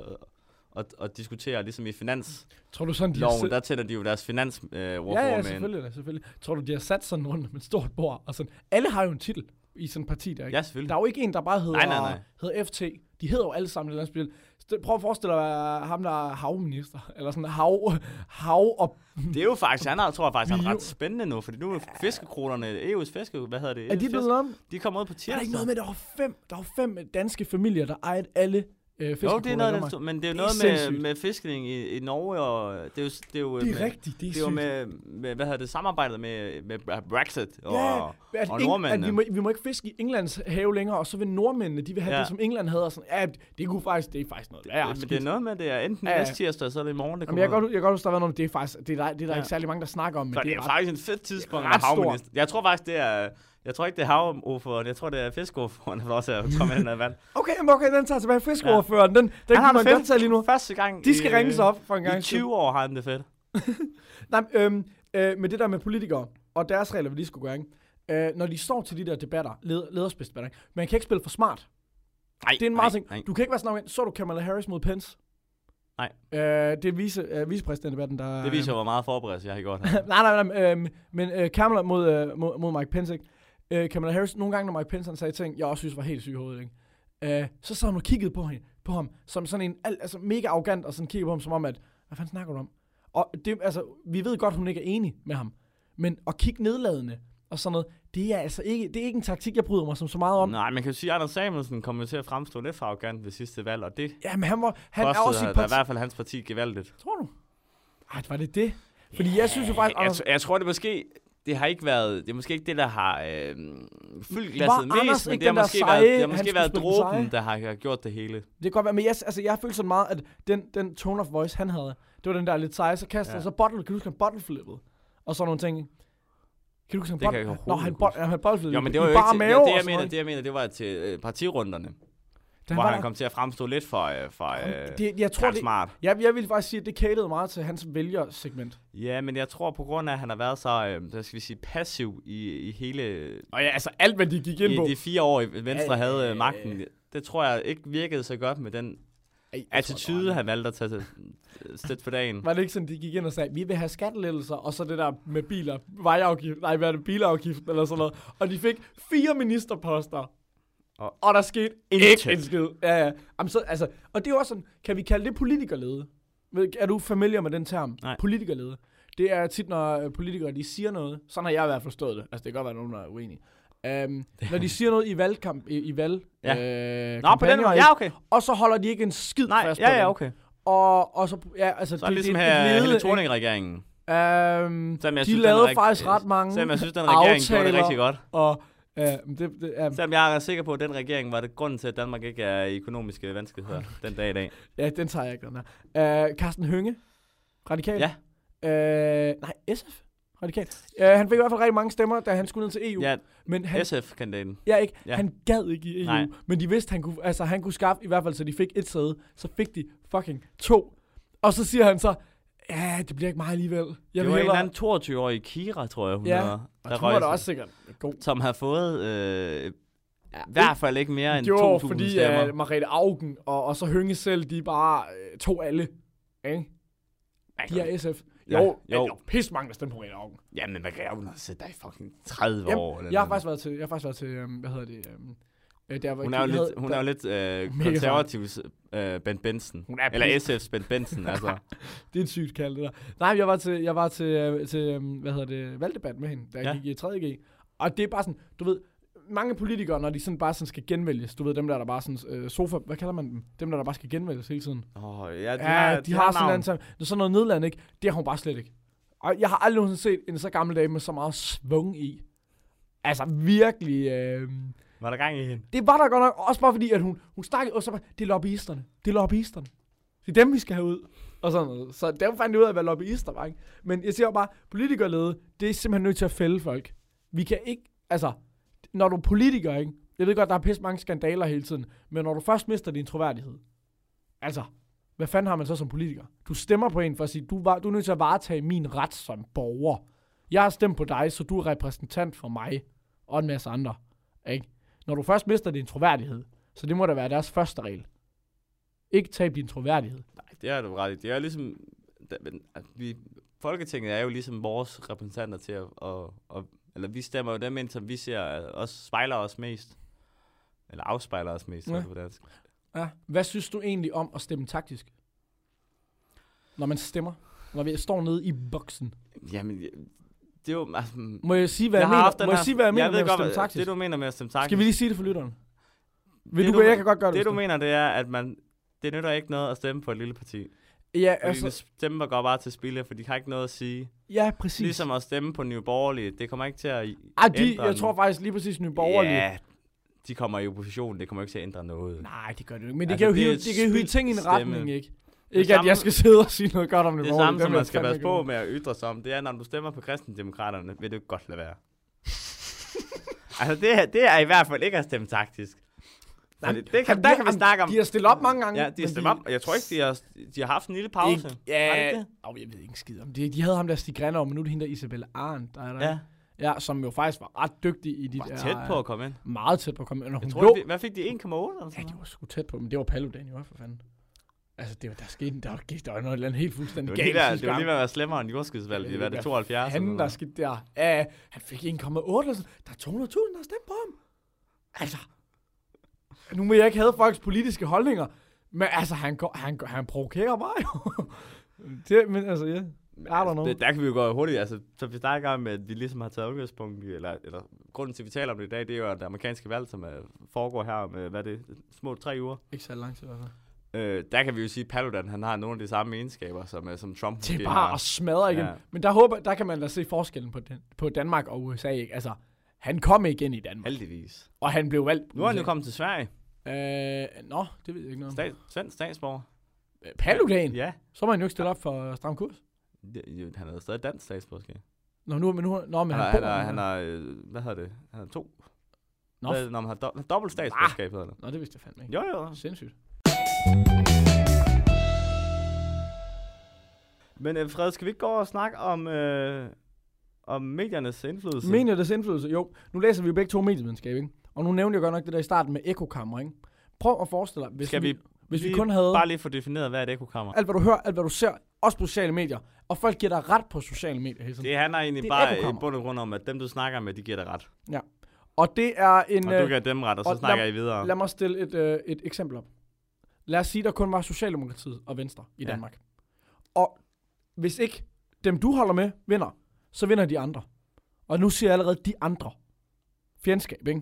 [SPEAKER 1] at, at diskutere, ligesom i finansloven,
[SPEAKER 3] Tror du sådan, de har
[SPEAKER 1] der tænder de jo deres finansordfører øh,
[SPEAKER 3] Ja,
[SPEAKER 1] ordfører
[SPEAKER 3] ja,
[SPEAKER 1] med ind.
[SPEAKER 3] selvfølgelig, da, selvfølgelig. Tror du, de har sat sådan rundt med et stort bord? Og sådan. Alle har jo en titel i sådan en parti der, ikke?
[SPEAKER 1] Ja,
[SPEAKER 3] Der
[SPEAKER 1] selvfølgelig.
[SPEAKER 3] er jo ikke en, der bare hedder,
[SPEAKER 1] Nej, nej, nej.
[SPEAKER 3] hedder FT. De hedder jo alle sammen et eller andet spil. Så Prøv at forestille dig øh, ham, der er havminister. Eller sådan hav, hav og...
[SPEAKER 1] Det er jo faktisk, han har, tror jeg faktisk, han
[SPEAKER 3] Vi
[SPEAKER 1] er
[SPEAKER 3] er
[SPEAKER 1] ret spændende nu, fordi nu er fiskekronerne, EU's fiske, hvad hedder det? E
[SPEAKER 3] Er de
[SPEAKER 1] Fisk-
[SPEAKER 3] blevet om?
[SPEAKER 1] De kommer ud på
[SPEAKER 3] Er
[SPEAKER 1] tirsdag.
[SPEAKER 3] der ikke noget med, at der var fem, der var fem danske familier, der ejede alle øh,
[SPEAKER 1] Jo, det er noget,
[SPEAKER 3] fiskekroner
[SPEAKER 1] der, men det er jo
[SPEAKER 3] Det er
[SPEAKER 1] noget med,
[SPEAKER 3] sindssygt.
[SPEAKER 1] med fiskning i, i Norge, og det er jo... s- Det er, jo øh,
[SPEAKER 3] Det
[SPEAKER 1] med-
[SPEAKER 3] er rigtigt, det er,
[SPEAKER 1] Det var
[SPEAKER 3] sygt.
[SPEAKER 1] med, med, hvad hedder det, samarbejdet med, med Brexit og,
[SPEAKER 3] Ja, at,
[SPEAKER 1] og
[SPEAKER 3] Eng- at
[SPEAKER 1] nordmændene.
[SPEAKER 3] vi, må, vi må ikke fiske i Englands have længere, og så vil nordmændene, de vil have ja.
[SPEAKER 1] Ja.
[SPEAKER 3] det, som England havde. Og sådan. Ja, det, kunne faktisk, det er faktisk noget. Ja,
[SPEAKER 1] men det er noget med, det er enten
[SPEAKER 3] Ja, ja.
[SPEAKER 1] ja. næste tirsdag, så er det i morgen, det
[SPEAKER 3] Jamen,
[SPEAKER 1] kommer
[SPEAKER 3] jeg, kan
[SPEAKER 1] ud.
[SPEAKER 3] godt, jeg kan godt huske, der var noget om det. Er faktisk, det er der, det er der
[SPEAKER 1] Ja.
[SPEAKER 3] ikke særlig mange, der snakker om, men
[SPEAKER 1] Så
[SPEAKER 3] det er ret,
[SPEAKER 1] faktisk et fedt tidspunkt,
[SPEAKER 3] ret
[SPEAKER 1] når
[SPEAKER 3] stort.
[SPEAKER 1] havminister... Jeg tror faktisk, det er... Jeg tror ikke, det er havoferen, jeg tror, det er fiskoferen, der også er kommet ind af vand.
[SPEAKER 3] Okay, jamen, okay, den tager tilbage. Fiskeordføreren, den, den
[SPEAKER 1] Han
[SPEAKER 3] kan
[SPEAKER 1] har
[SPEAKER 3] man
[SPEAKER 1] det
[SPEAKER 3] godt
[SPEAKER 1] fedt
[SPEAKER 3] tage lige nu.
[SPEAKER 1] Første gang
[SPEAKER 3] De skal
[SPEAKER 1] i, øh,
[SPEAKER 3] ringe sig op for en
[SPEAKER 1] I
[SPEAKER 3] gang.
[SPEAKER 1] 20 år har han det fedt.
[SPEAKER 3] Nej, øhm, øh, men det der med politikere og deres regler, vi lige skulle gøre, ikke? Øh, når de står til de der debatter, led, lederspidsdebatter, ikke? man kan ikke spille for smart.
[SPEAKER 1] Nej,
[SPEAKER 3] Det er en meget
[SPEAKER 1] nej,
[SPEAKER 3] ting. Du kan ikke være sådan noget, så du Kamala Harris mod Pence.
[SPEAKER 1] Nej.
[SPEAKER 3] Øh, det er vice, øh, vicepræsidentdebatten, der... øh,
[SPEAKER 1] nej. Det viser jo, hvor meget forberedelse jeg har gjort. her.
[SPEAKER 3] nej, nej, nej. Øh, men øh, Kamala mod, øh, mod, mod Mike Pence, ikke? Øh, Kamala Harris, nogle gange, når Mike Pence han sagde ting, jeg også synes var helt syg i hovedet, ikke? Øh, så sad hun og kiggede på, hende, på ham, som sådan en al, altså, mega arrogant, og sådan kiggede på ham som om, at, hvad fanden snakker du om? Og det, altså, vi ved godt, hun ikke er enig med ham, men at kigge nedladende og sådan noget, Det er altså ikke, det er ikke en taktik, jeg bryder mig som så meget om.
[SPEAKER 1] Nej, man kan jo sige, at Anders Samuelsen kom jo til at fremstå lidt for arrogant ved sidste valg, og det
[SPEAKER 3] Ja, men han, var, han
[SPEAKER 1] han
[SPEAKER 3] er også
[SPEAKER 1] kostede
[SPEAKER 3] sit
[SPEAKER 1] da i
[SPEAKER 3] parti.
[SPEAKER 1] hvert fald hans parti gevaldigt.
[SPEAKER 3] Tror du? Ej, var det det? Fordi jeg synes jo faktisk,
[SPEAKER 1] Jeg,
[SPEAKER 3] Anders,
[SPEAKER 1] tr- jeg tror, det måske... Det har ikke været, det er måske ikke det, der har øh, fyldt
[SPEAKER 3] Var
[SPEAKER 1] glasset mest,
[SPEAKER 3] Anders
[SPEAKER 1] men
[SPEAKER 3] ikke
[SPEAKER 1] det har
[SPEAKER 3] den der
[SPEAKER 1] måske
[SPEAKER 3] seje,
[SPEAKER 1] været, det har
[SPEAKER 3] han
[SPEAKER 1] måske
[SPEAKER 3] skulle
[SPEAKER 1] været
[SPEAKER 3] spille den seje?
[SPEAKER 1] dråben, der har har gjort det hele.
[SPEAKER 3] det kan godt være, men jeg, altså, jeg følte så meget, at den, den tone of voice, han havde, det var den der lidt seje, så kastede,
[SPEAKER 1] Ja.
[SPEAKER 3] ja. og så bottle, kan du huske, han bottle flippede? Og sådan nogle ting. Kan du huske, han
[SPEAKER 1] Det kan jeg
[SPEAKER 3] bottle?
[SPEAKER 1] overhovedet
[SPEAKER 3] Nå, han,
[SPEAKER 1] ikke
[SPEAKER 3] bot, ja, han bottle flippede
[SPEAKER 1] Jo, men det var
[SPEAKER 3] i
[SPEAKER 1] jo
[SPEAKER 3] bare
[SPEAKER 1] ikke...
[SPEAKER 3] mave
[SPEAKER 1] ja, det,
[SPEAKER 3] og
[SPEAKER 1] jeg
[SPEAKER 3] sådan
[SPEAKER 1] mener,
[SPEAKER 3] noget.
[SPEAKER 1] det, jeg mener, det var til øh, partirunderne,
[SPEAKER 3] Da
[SPEAKER 1] hvor
[SPEAKER 3] var
[SPEAKER 1] han
[SPEAKER 3] der-
[SPEAKER 1] kom til at fremstå lidt for, øh, for øh,
[SPEAKER 3] Jamen, det, jeg tror, det,
[SPEAKER 1] smart.
[SPEAKER 3] jeg, jeg vil faktisk sige, at det kælede meget til hans vælgersegment.
[SPEAKER 1] Ja, men jeg tror på grund af, at han har været så, øh, hvad skal vi sige, passiv i, i hele... Og ja, altså alt, hvad de gik
[SPEAKER 3] ind på.
[SPEAKER 1] I de fire år, i- Venstre
[SPEAKER 3] Ja,
[SPEAKER 1] havde øh,
[SPEAKER 3] øh,
[SPEAKER 1] magten, det tror jeg ikke virkede så godt med den
[SPEAKER 3] Ej, jeg tror, der
[SPEAKER 1] attitude, han valgte at tage til stedt for dagen.
[SPEAKER 3] Var var det ikke sådan, de gik ind og sagde, vi vil have skattelettelser, og så det der med biler, vejafgift, nej, hvad er det, bilafgift eller sådan noget. Og de fik fire ministerposter.
[SPEAKER 1] Og-
[SPEAKER 3] Og, og der skete
[SPEAKER 1] Intet.
[SPEAKER 3] ikke en skid. Ja, ja. Jamen, så, altså, og det er jo også sådan, kan vi kalde det politikerlede? Ved- Er du familier med den term?
[SPEAKER 1] Nej.
[SPEAKER 3] Politikerlede. Det er tit, når øh, politikere de siger noget. Sådan har jeg i hvert fald forstået det. Altså, det kan godt være, nogen der er uenige. Um, når de siger noget i valgkamp, i, i valg,
[SPEAKER 1] Ja.
[SPEAKER 3] øh,
[SPEAKER 1] Nå, på den
[SPEAKER 3] kampagner,
[SPEAKER 1] måde. Ja, okay.
[SPEAKER 3] og så holder de ikke en skid
[SPEAKER 1] Nej,
[SPEAKER 3] fast på
[SPEAKER 1] ja, ja,
[SPEAKER 3] den.
[SPEAKER 1] okay.
[SPEAKER 3] Og, og så, ja, altså,
[SPEAKER 1] Så er det ligesom
[SPEAKER 3] et
[SPEAKER 1] her
[SPEAKER 3] lede,
[SPEAKER 1] Helle
[SPEAKER 3] ikke?
[SPEAKER 1] Thorning-regeringen.
[SPEAKER 3] Um,
[SPEAKER 1] Selvom jeg
[SPEAKER 3] de
[SPEAKER 1] synes, den
[SPEAKER 3] lavede
[SPEAKER 1] rigt-
[SPEAKER 3] faktisk ret mange
[SPEAKER 1] Selvom jeg synes, den regering gjorde det
[SPEAKER 3] Mm. aftaler.
[SPEAKER 1] rigtig godt.
[SPEAKER 3] og uh, det, det, um,
[SPEAKER 1] Selvom jeg er sikker på, at den regering var det grunden til, at Danmark ikke er i økonomiske vanskeligheder den dag i dag.
[SPEAKER 3] ja, den tager jeg ikke, den her. Uh, Carsten Hønge, radikal.
[SPEAKER 1] Ja.
[SPEAKER 3] Uh, nej, SF, radikal. Uh, han fik i hvert fald rigtig mange stemmer, da han skulle ned til EU.
[SPEAKER 1] Ja,
[SPEAKER 3] men han,
[SPEAKER 1] SF-kandidaten.
[SPEAKER 3] ja, ikke,
[SPEAKER 1] Ja.
[SPEAKER 3] han gad ikke i EU,
[SPEAKER 1] Nej.
[SPEAKER 3] men de vidste, han kunne, altså, han kunne skaffe, i hvert fald så de fik et sæde, så fik de fucking to. Og så siger han så, ja, det bliver ikke mig alligevel.
[SPEAKER 1] Det var
[SPEAKER 3] Jeg vil
[SPEAKER 1] en eller
[SPEAKER 3] hellere-
[SPEAKER 1] anden 22-årig Kira, tror jeg, hun
[SPEAKER 3] Ja,
[SPEAKER 1] var.
[SPEAKER 3] Og
[SPEAKER 1] der
[SPEAKER 3] hun var
[SPEAKER 1] røg
[SPEAKER 3] da
[SPEAKER 1] sig.
[SPEAKER 3] også sikkert god.
[SPEAKER 1] som har fået øh, i
[SPEAKER 3] ikke-
[SPEAKER 1] hvert fald ikke mere end
[SPEAKER 3] Jo,
[SPEAKER 1] 2.000
[SPEAKER 3] fordi
[SPEAKER 1] stemmer.
[SPEAKER 3] uh, Margrethe Augen og, og så Hønge selv, de bare øh, tog alle. Ikke? De er SF. Jo,
[SPEAKER 1] Ja,
[SPEAKER 3] jo. øh, Men,
[SPEAKER 1] jo.
[SPEAKER 3] jo pisse mange, der stemte på Margrethe Augen.
[SPEAKER 1] Ja, men Margrethe Auken har siddet der i fucking 30
[SPEAKER 3] Jamen,
[SPEAKER 1] år. Eller
[SPEAKER 3] Jeg har
[SPEAKER 1] noget.
[SPEAKER 3] faktisk været til, jeg har faktisk været til øhm, hvad hedder det, øhm, øh, der, hvor
[SPEAKER 1] hun er jo
[SPEAKER 3] de havde-
[SPEAKER 1] lidt, hun er
[SPEAKER 3] der-
[SPEAKER 1] jo lidt øh,
[SPEAKER 3] Mega
[SPEAKER 1] konservativs øh, Ben Benson.
[SPEAKER 3] Hun er
[SPEAKER 1] Eller SF's Ben Benson, altså.
[SPEAKER 3] Det er et sygt kald, det der. Nej, jeg var til, jeg var til, øh, til øhm, hvad hedder det, valgdebat med hende, da jeg
[SPEAKER 1] Ja.
[SPEAKER 3] ja. gik i 3.G. Og det er bare sådan, du ved, mange politikere, når de sådan bare sådan skal genvælges, du ved, dem der, der bare sådan, øh, sofa, hvad kalder man dem? Dem der, der bare skal genvælges hele tiden.
[SPEAKER 1] Åh, oh, ja, de
[SPEAKER 3] Ja, de har, de har sådan, en
[SPEAKER 1] navn.
[SPEAKER 3] anden, det er sådan noget nedland, ikke? Det har hun bare slet ikke. Og jeg har aldrig nogensinde set en så gammel dame med så meget svung i. Altså virkelig... Øh...
[SPEAKER 1] Var der gang i hende?
[SPEAKER 3] Det var der godt nok også bare fordi, at hun, hun snakkede, og så bare, det er lobbyisterne. Det er lobbyisterne. Det er dem, vi skal have ud. Og sådan noget. Så der fandt jeg ud af, hvad lobbyister var, ikke? Men jeg siger jo bare, politikerlede, det er simpelthen nødt til at fælde folk. Vi kan ikke, altså, når du er politiker, ikke? Jeg ved godt, der er pisse mange skandaler hele tiden, men når du først mister din troværdighed, altså, hvad fanden har man så som politiker? Du stemmer på en for at sige, du, var, du er nødt til at varetage min ret som borger. Jeg har stemt på dig, så du er repræsentant for mig og en masse andre. Ikke? Når du først mister din troværdighed, så det må da være deres første regel. Ikke tab din troværdighed.
[SPEAKER 1] Nej, det har du ret i. Det er jo ligesom... Da, men, at vi, Folketinget er jo ligesom vores repræsentanter til at... Og, og, eller vi stemmer jo dem ind, som vi ser øh, også spejler os mest. Eller afspejler os mest,
[SPEAKER 3] Ja.
[SPEAKER 1] ja. på dansk.
[SPEAKER 3] Ja. Hvad synes du egentlig om at stemme taktisk? Når man stemmer. Når vi står nede i boksen.
[SPEAKER 1] Jamen, jeg- det er jo... Altså, m-
[SPEAKER 3] Må jeg sige, hvad jeg,
[SPEAKER 1] har haft
[SPEAKER 3] mener?
[SPEAKER 1] den
[SPEAKER 3] Må jeg
[SPEAKER 1] her-
[SPEAKER 3] sige, hvad jeg, mener
[SPEAKER 1] ved
[SPEAKER 3] med at
[SPEAKER 1] godt,
[SPEAKER 3] stemme
[SPEAKER 1] hvad-
[SPEAKER 3] taktisk?
[SPEAKER 1] Det, du mener med at stemme taktisk.
[SPEAKER 3] Skal vi lige sige det for lytteren?
[SPEAKER 1] Det,
[SPEAKER 3] Vil det,
[SPEAKER 1] du-
[SPEAKER 3] du, jeg kan godt gøre det.
[SPEAKER 1] det, du
[SPEAKER 3] hvis
[SPEAKER 1] mener, det er, at man, det nytter ikke noget at stemme på et lille parti. Fordi
[SPEAKER 3] Ja,
[SPEAKER 1] altså,
[SPEAKER 3] altså,
[SPEAKER 1] stemmer går bare til spilde, for de har ikke noget at sige.
[SPEAKER 3] ja, præcis.
[SPEAKER 1] Ligesom at stemme på Nye Borgerlige, det kommer ikke til at i-
[SPEAKER 3] Ej, de,
[SPEAKER 1] ændre
[SPEAKER 3] jeg tror faktisk lige præcis nye borgerlige.
[SPEAKER 1] Ja, de kommer i opposition, det kommer ikke til at ændre noget.
[SPEAKER 3] Nej, det gør det jo ikke. Men det
[SPEAKER 1] Altså,
[SPEAKER 3] kan jo
[SPEAKER 1] det er
[SPEAKER 3] hive,
[SPEAKER 1] et
[SPEAKER 3] det kan jo hive ting i en
[SPEAKER 1] spildstemme.
[SPEAKER 3] retning, ikke?
[SPEAKER 1] Det
[SPEAKER 3] Ikke, at
[SPEAKER 1] samme-
[SPEAKER 3] jeg skal sidde og sige noget godt om det.
[SPEAKER 1] Det
[SPEAKER 3] borgerlige.
[SPEAKER 1] samme,
[SPEAKER 3] Dem
[SPEAKER 1] som
[SPEAKER 3] vil
[SPEAKER 1] man
[SPEAKER 3] jeg
[SPEAKER 1] skal
[SPEAKER 3] fandme
[SPEAKER 1] passe
[SPEAKER 3] ikke
[SPEAKER 1] på
[SPEAKER 3] have.
[SPEAKER 1] med at ytre sig om, det er, når du stemmer på kristendemokraterne, vil du godt lade være. altså, det, er- det er i hvert fald ikke at stemme taktisk. Nej, det, det kan,
[SPEAKER 3] Jamen,
[SPEAKER 1] der
[SPEAKER 3] de
[SPEAKER 1] kan vi
[SPEAKER 3] har-
[SPEAKER 1] snakke om.
[SPEAKER 3] De har stillet op mange gange.
[SPEAKER 1] Ja, de har
[SPEAKER 3] men
[SPEAKER 1] stemt op. Jeg tror ikke, de har, de har haft en lille pause.
[SPEAKER 3] Ikke,
[SPEAKER 1] Har de
[SPEAKER 3] ja,
[SPEAKER 1] ikke det?
[SPEAKER 3] oh, jeg ved ikke en skid om det. De havde ham der Stig Grenov, men nu er det hende der Isabella Arndt, der er der.
[SPEAKER 1] Ja,
[SPEAKER 3] ja. som jo faktisk var ret dygtig i de
[SPEAKER 1] var
[SPEAKER 3] der...
[SPEAKER 1] tæt på at komme ind.
[SPEAKER 3] Meget tæt på at komme ind. og
[SPEAKER 1] Jeg
[SPEAKER 3] hun
[SPEAKER 1] tror,
[SPEAKER 3] lå-
[SPEAKER 1] de, hvad fik de? 1,8 eller
[SPEAKER 3] Ja,
[SPEAKER 1] sådan
[SPEAKER 3] det
[SPEAKER 1] noget?
[SPEAKER 3] var sgu tæt på, men det var Paludan jo også, for fanden. Altså, det var, der skete, der var, der var noget eller andet helt
[SPEAKER 1] Det
[SPEAKER 3] fuldstændig
[SPEAKER 1] var lige,
[SPEAKER 3] galt
[SPEAKER 1] der,
[SPEAKER 3] sidste
[SPEAKER 1] det var
[SPEAKER 3] gang.
[SPEAKER 1] lige ved at være slemmere end jordskidsvalget. Det var det 72. eller
[SPEAKER 3] Han, der
[SPEAKER 1] noget.
[SPEAKER 3] skete der. Ja, han fik 1,8 eller sådan. Der er 200.000, der har stemt på ham. Altså. Nu må jeg ikke have folks politiske holdninger, men altså, han, går, han, går, han provokerer mig jo. det, men altså, ja.
[SPEAKER 1] Men
[SPEAKER 3] don't know.
[SPEAKER 1] det, der kan vi jo gå hurtigt. Altså, så vi snakker om, at vi ligesom har taget udgangspunkt i, eller, eller grunden til, at vi taler om det i dag, det er jo det amerikanske valg, som øh, foregår her om, øh, hvad er det, små tre uger.
[SPEAKER 3] Ikke så lang tid i hvert fald.
[SPEAKER 1] Øh, der kan vi jo sige, at Paludan, han har nogle af de samme egenskaber, som, øh, som Trump
[SPEAKER 3] Det
[SPEAKER 1] måske
[SPEAKER 3] er bare
[SPEAKER 1] har.
[SPEAKER 3] at smadre igen.
[SPEAKER 1] Ja.
[SPEAKER 3] Ja. Men der, håber, der kan man da se forskellen på, den, på Danmark og USA. Ikke? Altså, han kom ikke ind i Danmark,
[SPEAKER 1] Heldigvis.
[SPEAKER 3] og han blev valgt.
[SPEAKER 1] Nu er han jo kommet til Sverige.
[SPEAKER 3] Øh, nå, det ved jeg ikke noget om.
[SPEAKER 1] Stat, svensk statsborger.
[SPEAKER 3] Øh, Paludan?
[SPEAKER 1] Ja.
[SPEAKER 3] Så må han jo ikke stille op for stram kurs.
[SPEAKER 1] Det- jo, Han er stadig dansk statsborgerskab.
[SPEAKER 3] Nå, nu, men nu, nå, men
[SPEAKER 1] Han
[SPEAKER 3] han,
[SPEAKER 1] har,
[SPEAKER 3] bor
[SPEAKER 1] han, har,
[SPEAKER 3] her.
[SPEAKER 1] han har, øh, hvad hedder det? Han har to.
[SPEAKER 3] Nå,
[SPEAKER 1] Hvad er det, Når man har do- dobbelt statsborgerskab, hedder det.
[SPEAKER 3] Nå, det vidste jeg fandme ikke.
[SPEAKER 1] Jo, jo.
[SPEAKER 3] Sindssygt.
[SPEAKER 1] Men øh, Fred, skal vi ikke gå over og snakke om, øh, om mediernes indflydelse?
[SPEAKER 3] Mediernes indflydelse? Jo, nu læser vi jo begge to medievidenskab, ikke? Og nu nævnte jeg godt nok det der i starten med ekokammer, ikke? Prøv at forestille dig, hvis
[SPEAKER 1] Skal vi
[SPEAKER 3] hvis vi
[SPEAKER 1] lige-
[SPEAKER 3] kun havde Altså-
[SPEAKER 1] Bare lige få defineret, hvad er et ekokammer?
[SPEAKER 3] alt, hvad du hører, alt, hvad du ser, også på sociale medier, og folk giver dig ret på sociale medier hele tiden.
[SPEAKER 1] Det handler egentlig
[SPEAKER 3] Det
[SPEAKER 1] det
[SPEAKER 3] er et
[SPEAKER 1] bare i
[SPEAKER 3] ekokammer.
[SPEAKER 1] bund og grund om, at dem, du snakker med, de giver dig ret.
[SPEAKER 3] Og det er en...
[SPEAKER 1] Og du
[SPEAKER 3] øh,
[SPEAKER 1] gør dem ret, og så
[SPEAKER 3] og lad-
[SPEAKER 1] snakker I videre.
[SPEAKER 3] Lad mig stille et, øh, et eksempel op. Lad os sige, der kun var Socialdemokratiet og Venstre i
[SPEAKER 1] Ja.
[SPEAKER 3] Danmark. Og hvis ikke dem, du holder med, vinder, så vinder de andre. Og nu siger jeg allerede de andre. Fjendskab, ikke?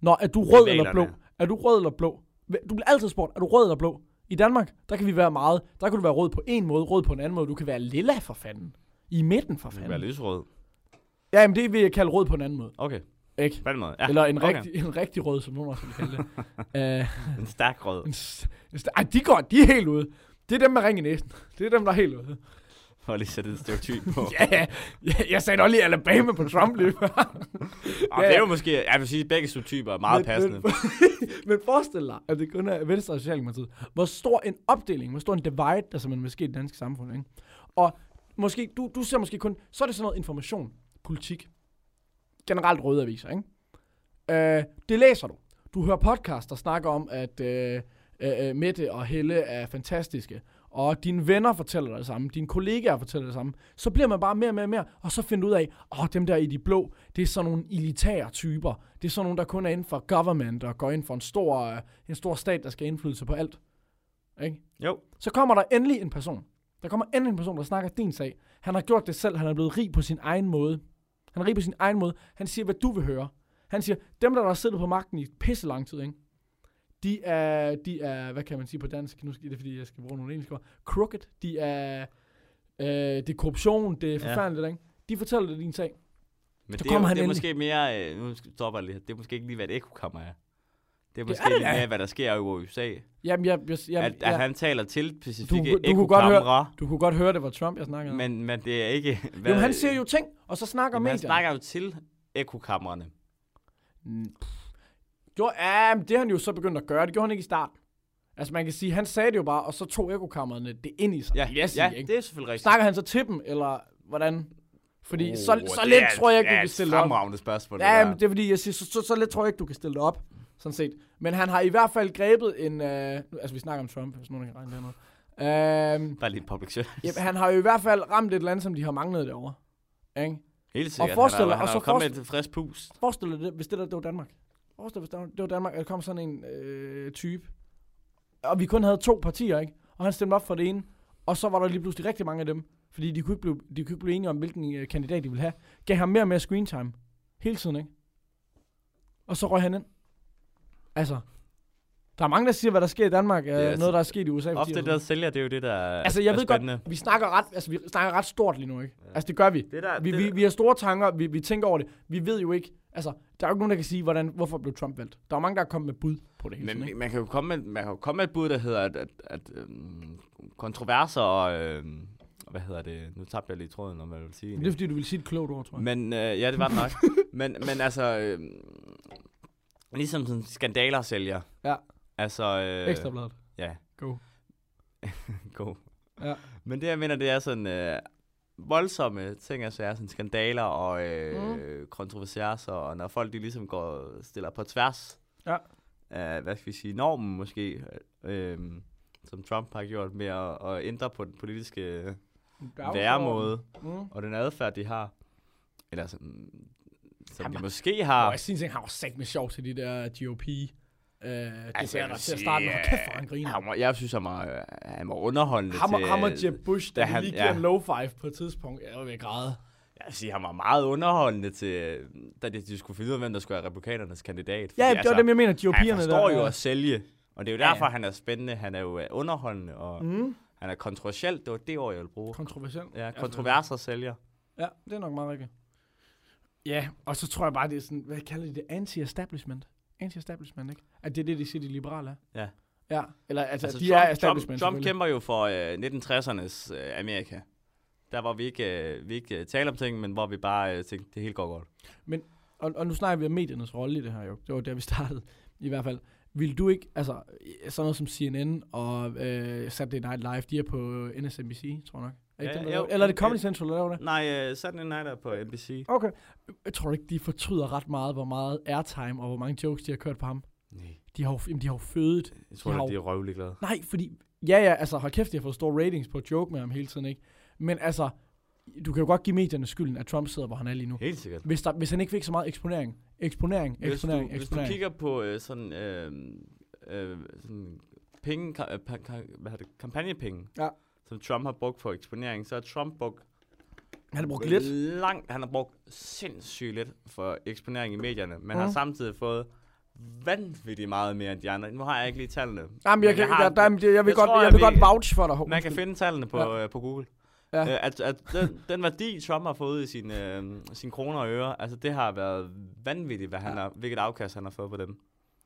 [SPEAKER 3] Nå, er du rød eller blå?
[SPEAKER 1] Rivalerne.
[SPEAKER 3] Er du rød eller blå? Du bliver altid spurgt, er du rød eller blå? I Danmark, der kan vi være meget. Der kan du være rød på en måde, rød på en anden måde. Du kan være lilla for fanden. I midten for
[SPEAKER 1] Du kan være
[SPEAKER 3] fanden.
[SPEAKER 1] lysrød.
[SPEAKER 3] Ja, men det vil jeg kalde rød på en anden måde.
[SPEAKER 1] Okay,
[SPEAKER 3] Ikke?
[SPEAKER 1] på den måde. Ja,
[SPEAKER 3] Eller en,
[SPEAKER 1] okay.
[SPEAKER 3] rigtig, en rigtig rød, som nogen også vil kalde det. uh,
[SPEAKER 1] En stærk rød.
[SPEAKER 3] en s- en st- Ej, de går, de er helt ude. Det er dem med ring i næsen. Det er dem, der er helt ude.
[SPEAKER 1] For at lige sætte et stereotyp på.
[SPEAKER 3] Ja, ja. Jeg- jeg sagde nok lige Alabama på Trump lige før.
[SPEAKER 1] Og det er jo måske, jeg vil sige, at begge subtyper er meget
[SPEAKER 3] Men-
[SPEAKER 1] passende.
[SPEAKER 3] Men forestil dig, at det kun er Venstre og Socialdemokratiet. Hvor stor en opdeling, hvor stor en divide, der simpelthen vil ske i det danske samfund. Ikke? Og måske, du, du ser måske kun, så er det sådan noget information, politik, generelt røde aviser. Ikke? Øh, det læser du. Du hører podcast, der snakker om, at øh, øh, øh, Mette og Helle er fantastiske, og dine venner fortæller dig det samme, dine kollegaer fortæller det samme, så bliver man bare mere og mere og mere, og så finder du ud af, åh, dem der i de blå, det er sådan nogle elitære typer. Det er sådan nogle, der kun er inden for government og går ind for en stor, øh, en stor stat, der skal have indflydelse på alt. Ikke?
[SPEAKER 1] Jo,
[SPEAKER 3] Så kommer der endelig en person. Der kommer endelig en person, der snakker din sag. Han har gjort det selv. Han er blevet rig på sin egen måde. Han er rig på sin egen måde. Han siger, hvad du vil høre. Han siger, dem, der har siddet på magten i pisse lang tid, ikke? De er, de er, hvad kan man sige på dansk? Nu skal det, er, fordi jeg skal bruge nogle engelske ord. Crooked. De er, øh, det er korruption. Det er
[SPEAKER 1] Ja.
[SPEAKER 3] forfærdeligt, ikke? De fortæller dig din sag.
[SPEAKER 1] men
[SPEAKER 3] Så
[SPEAKER 1] det er, jo,
[SPEAKER 3] kommer han
[SPEAKER 1] det er
[SPEAKER 3] ind.
[SPEAKER 1] måske mere, øh, nu stopper jeg lige her. det er måske ikke lige, hvad et ekokammer er. Det er måske
[SPEAKER 3] er det
[SPEAKER 1] lidt
[SPEAKER 3] da.
[SPEAKER 1] mere, hvad der sker i USA.
[SPEAKER 3] Jamen, jeg, jeg, jeg,
[SPEAKER 1] At, at
[SPEAKER 3] jeg,
[SPEAKER 1] han taler til specifikke
[SPEAKER 3] du kunne godt
[SPEAKER 1] ekokamre,
[SPEAKER 3] du kunne godt høre, det var Trump, jeg snakkede om.
[SPEAKER 1] men, men det er ikke... Hvad,
[SPEAKER 3] Jo, men han siger jo ting, og så snakker
[SPEAKER 1] Jamen, han
[SPEAKER 3] medierne.
[SPEAKER 1] snakker jo til ekokammerne.
[SPEAKER 3] Mm, pff. Jo, ja, men det har han jo så begyndt at gøre. Det gjorde han ikke i starten. Altså man kan sige, han sagde det jo bare, og så tog ekokammerne det ind i sig.
[SPEAKER 1] Ja,
[SPEAKER 3] vil jeg sige,
[SPEAKER 1] ja
[SPEAKER 3] ikke?
[SPEAKER 1] det er selvfølgelig rigtigt.
[SPEAKER 3] Snakker han så til dem, eller hvordan? Fordi oh, så,
[SPEAKER 1] Åh,
[SPEAKER 3] så
[SPEAKER 1] det
[SPEAKER 3] lidt
[SPEAKER 1] er
[SPEAKER 3] tror jeg ikke,
[SPEAKER 1] et-
[SPEAKER 3] du
[SPEAKER 1] ja,
[SPEAKER 3] kan
[SPEAKER 1] et
[SPEAKER 3] stille det op.
[SPEAKER 1] fremragende spørgsmål,
[SPEAKER 3] Ja,
[SPEAKER 1] det
[SPEAKER 3] men
[SPEAKER 1] der.
[SPEAKER 3] det er fordi, jeg siger, så, så, så lidt tror jeg ikke, du kan stille det op, sådan set. Men han har i hvert fald grebet en... Øh, nu- altså vi snakker om Trump, hvis nogen kan regne det noget. Øh,
[SPEAKER 1] Bare lige en public service.
[SPEAKER 3] ja, han har jo i hvert fald ramt et eller andet, som de har manglet derovre. Ikke?
[SPEAKER 1] Helt sikkert.
[SPEAKER 3] forestil
[SPEAKER 1] han
[SPEAKER 3] dig-
[SPEAKER 1] er, han
[SPEAKER 3] og
[SPEAKER 1] er
[SPEAKER 3] så
[SPEAKER 1] jo kommet
[SPEAKER 3] forestil-
[SPEAKER 1] med et frisk pus.
[SPEAKER 3] Forestil dig, det, hvis det der det var Danmark. Forestil dig, hvis det var Danmark, at der kom sådan en øh, type. Og vi kun havde to partier, ikke? Og han stemte op for det ene. Og så var der lige pludselig rigtig mange af dem. Fordi de kunne ikke blive, de kunne ikke blive enige om, hvilken øh, kandidat de ville have. Gav ham mere og mere screen time. Hele tiden, ikke? Og så røg han ind. Altså, der er mange, der siger, hvad der sker i Danmark. Øh,
[SPEAKER 1] altså-
[SPEAKER 3] noget, der er sket i USA. for 10
[SPEAKER 1] Ofte
[SPEAKER 3] år
[SPEAKER 1] det,
[SPEAKER 3] siden.
[SPEAKER 1] der sælger, det er jo det, der
[SPEAKER 3] Altså, jeg
[SPEAKER 1] er
[SPEAKER 3] ved
[SPEAKER 1] spændende.
[SPEAKER 3] godt, vi snakker, ret, altså, vi snakker ret stort lige nu, ikke? Altså, det gør vi.
[SPEAKER 1] Det der,
[SPEAKER 3] Vi,
[SPEAKER 1] det
[SPEAKER 3] vi,
[SPEAKER 1] der-
[SPEAKER 3] vi har store tanker, vi, vi tænker over det. Vi ved jo ikke, altså, der er jo ikke nogen, der kan sige, hvordan, hvorfor blev Trump valgt. Der er jo mange, der er kommet med bud på det hele tiden,
[SPEAKER 1] Men
[SPEAKER 3] ikke?
[SPEAKER 1] man kan jo komme med, man kan jo komme med et bud, der hedder, at, at, at øhm, kontroverser og... Øhm, hvad hedder det? Nu tabte jeg lige tråden, om hvad jeg vil sige.
[SPEAKER 3] Men det er, fordi du vil sige et klogt ord, tror jeg.
[SPEAKER 1] Men øh, ja, det var det nok. men, men altså, øh, ligesom sådan skandaler sælger.
[SPEAKER 3] Ja.
[SPEAKER 1] Altså, øh,
[SPEAKER 3] Ekstrabladet.
[SPEAKER 1] ja.
[SPEAKER 3] Go.
[SPEAKER 1] god.
[SPEAKER 3] Ja.
[SPEAKER 1] Men det, jeg mener, det er sådan øh, voldsomme ting, altså er sådan skandaler og øh, mm. kontroverser, og når folk de ligesom går stiller på tværs
[SPEAKER 3] Ja.
[SPEAKER 1] af, hvad skal vi sige, normen måske, øh, som Trump har gjort med at, at ændre på den politiske øh, væremåde
[SPEAKER 3] Mm.
[SPEAKER 1] og den adfærd, de har. Eller sådan, som
[SPEAKER 3] Han
[SPEAKER 1] de
[SPEAKER 3] var-
[SPEAKER 1] måske
[SPEAKER 3] Og
[SPEAKER 1] har.
[SPEAKER 3] jeg synes, han har jo sagt med sjov til de der GOP Øh, det altså,
[SPEAKER 1] Altså, jeg
[SPEAKER 3] der
[SPEAKER 1] vil
[SPEAKER 3] til at
[SPEAKER 1] sige,
[SPEAKER 3] starte med. Hold kæft, hvor han
[SPEAKER 1] øh,
[SPEAKER 3] griner.
[SPEAKER 1] Han var, jeg synes, han var, øh, han var underholdende
[SPEAKER 3] Ham, og-
[SPEAKER 1] til... øh,
[SPEAKER 3] ham og Jeb Bush, der
[SPEAKER 1] da
[SPEAKER 3] han,
[SPEAKER 1] han-
[SPEAKER 3] lige
[SPEAKER 1] ja.
[SPEAKER 3] giver en low five på et tidspunkt. Jeg var ved at græde.
[SPEAKER 1] Jeg vil sige, han var meget underholdende til... øh, Da de, de skulle finde ud af, hvem der skulle være republikanernes kandidat.
[SPEAKER 3] Ja,
[SPEAKER 1] Fordi, altså,
[SPEAKER 3] det var dem, jeg mener,
[SPEAKER 1] Han
[SPEAKER 3] GOP'erne
[SPEAKER 1] forstår
[SPEAKER 3] der.
[SPEAKER 1] jo at sælge, og det er jo
[SPEAKER 3] Ja,
[SPEAKER 1] derfor,
[SPEAKER 3] ja.
[SPEAKER 1] han er spændende. Han er jo øh, underholdende, og
[SPEAKER 3] Mm,
[SPEAKER 1] han er kontroversiel. Det var det ord, jeg ville bruge.
[SPEAKER 3] kontroversielt.
[SPEAKER 1] Ja, kontroverser sælger.
[SPEAKER 3] Ja, det er nok meget rigtigt. Ja, og så tror jeg bare, det er sådan, hvad kalder de det? Anti-establishment. Anti-establishment, ikke? At det er det, de siger, de liberale er.
[SPEAKER 1] Ja.
[SPEAKER 3] Ja, eller altså,
[SPEAKER 1] Altså,
[SPEAKER 3] de
[SPEAKER 1] Trump,
[SPEAKER 3] er
[SPEAKER 1] Trump,
[SPEAKER 3] establishment
[SPEAKER 1] Trump
[SPEAKER 3] selvfølgelig.
[SPEAKER 1] kæmper jo for øh, 1960'ernes øh, Amerika. Der var vi ikke, øh, vi ikke øh, talte om ting, men hvor vi bare øh, tænkte, det hele går godt.
[SPEAKER 3] Og, og nu snakker vi om mediernes rolle i det her jo. Det var der, vi startede i hvert fald. Vil du ikke, altså sådan noget som CNN og øh, Saturday Night Live, de er på NSNBC, tror jeg nok. Er
[SPEAKER 1] Ja,
[SPEAKER 3] ikke dem, der
[SPEAKER 1] ja,
[SPEAKER 3] laver-
[SPEAKER 1] jo.
[SPEAKER 3] eller er det Comedy
[SPEAKER 1] Øh,
[SPEAKER 3] Central, der laver det?
[SPEAKER 1] Nej, øh, Saturday Night er på NBC.
[SPEAKER 3] Okay. Jeg tror ikke, de fortryder ret meget, hvor meget airtime og hvor mange jokes, de har kørt på ham.
[SPEAKER 1] Nej,
[SPEAKER 3] De har jo, jamen, de har jo fødet.
[SPEAKER 1] jeg
[SPEAKER 3] tror da, de
[SPEAKER 1] er røvelig glade.
[SPEAKER 3] Nej, fordi... Ja, ja, altså hold kæft, de har fået store ratings på at joke med ham hele tiden, ikke? Men altså, du kan jo godt give medierne skylden, at Trump sidder, hvor han er lige nu.
[SPEAKER 1] Helt sikkert.
[SPEAKER 3] Hvis, der, hvis han ikke fik så meget eksponering, eksponering,
[SPEAKER 1] Hvis du,
[SPEAKER 3] eksponering,
[SPEAKER 1] hvis du
[SPEAKER 3] eksponering.
[SPEAKER 1] kigger på øh, sådan, øh, øh, sådan penge, ka- øh, pa- ka- hvad hedder det, kampagnepenge,
[SPEAKER 3] Ja.
[SPEAKER 1] som Trump har brugt for eksponering, så har Trump brugt
[SPEAKER 3] han har brugt
[SPEAKER 1] Øh,
[SPEAKER 3] lidt.
[SPEAKER 1] Langt, han har brugt sindssygt lidt for eksponering i medierne, men
[SPEAKER 3] Mhm.
[SPEAKER 1] har samtidig fået vanvittigt meget mere end de andre. Nu har jeg ikke lige tallene.
[SPEAKER 3] Jamen, jeg,
[SPEAKER 1] Men
[SPEAKER 3] kan,
[SPEAKER 1] jeg har-
[SPEAKER 3] der, der, jeg, jeg vil,
[SPEAKER 1] jeg
[SPEAKER 3] godt,
[SPEAKER 1] tror,
[SPEAKER 3] jeg
[SPEAKER 1] at
[SPEAKER 3] vil
[SPEAKER 1] vi-
[SPEAKER 3] godt vouch for dig. Hov,
[SPEAKER 1] Man kan
[SPEAKER 3] undskyld.
[SPEAKER 1] finde tallene på,
[SPEAKER 3] Ja.
[SPEAKER 1] ja. øh, på Google.
[SPEAKER 3] Ja.
[SPEAKER 1] Øh, at, at den, den værdi, Trump har fået i sin, øh, sin kroner og øre, altså det har været vanvittigt, hvad han
[SPEAKER 3] Ja.
[SPEAKER 1] har, hvilket afkast han har fået på dem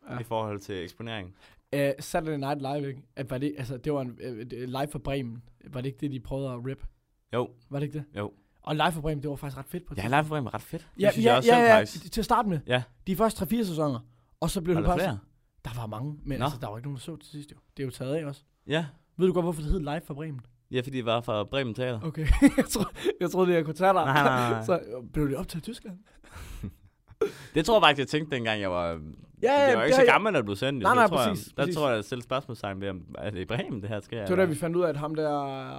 [SPEAKER 3] Ja.
[SPEAKER 1] ja. i forhold til eksponering.
[SPEAKER 3] Uh, Saturday Night Live, ikke? At var det, altså, det var en uh, live for Bremen. Var det ikke det, de prøvede at rip?
[SPEAKER 1] Jo,
[SPEAKER 3] Var det ikke det?
[SPEAKER 1] Jo.
[SPEAKER 3] Og live for Bremen, det var faktisk ret fedt på et
[SPEAKER 1] ja, live program er ret fedt.
[SPEAKER 3] Ja,
[SPEAKER 1] det synes
[SPEAKER 3] ja,
[SPEAKER 1] jeg
[SPEAKER 3] ja,
[SPEAKER 1] selv,
[SPEAKER 3] ja,
[SPEAKER 1] faktisk.
[SPEAKER 3] til at starte med.
[SPEAKER 1] Ja.
[SPEAKER 3] De første 3-4 sæsoner. Og så blev
[SPEAKER 1] Var
[SPEAKER 3] det
[SPEAKER 1] der
[SPEAKER 3] bare...
[SPEAKER 1] flere?
[SPEAKER 3] Der var mange, men
[SPEAKER 1] Nå.
[SPEAKER 3] altså, der var ikke nogen, der så til sidst jo. Det er jo taget af også.
[SPEAKER 1] Ja.
[SPEAKER 3] Ved du godt, hvorfor det hed Live fra Bremen?
[SPEAKER 1] ja, fordi det var fra Bremen Teater.
[SPEAKER 3] Okay, jeg, tro, jeg troede, det jeg kunne tage dig.
[SPEAKER 1] Nej, nej, nej.
[SPEAKER 3] Så øh, blev det optaget i Tyskland?
[SPEAKER 1] Det tror jeg faktisk, jeg tænkte dengang, jeg var...
[SPEAKER 3] ja,
[SPEAKER 1] Ja, jeg var
[SPEAKER 3] det
[SPEAKER 1] ikke
[SPEAKER 3] har
[SPEAKER 1] så
[SPEAKER 3] jeg-
[SPEAKER 1] gammel, at du sendte det. så
[SPEAKER 3] Nej, nej,
[SPEAKER 1] tror
[SPEAKER 3] præcis,
[SPEAKER 1] Jeg, der
[SPEAKER 3] præcis.
[SPEAKER 1] tror jeg, jeg stille spørgsmålstegn ved, om er det i Bremen, det her sker?
[SPEAKER 3] Det var der, vi fandt ud af, at ham der,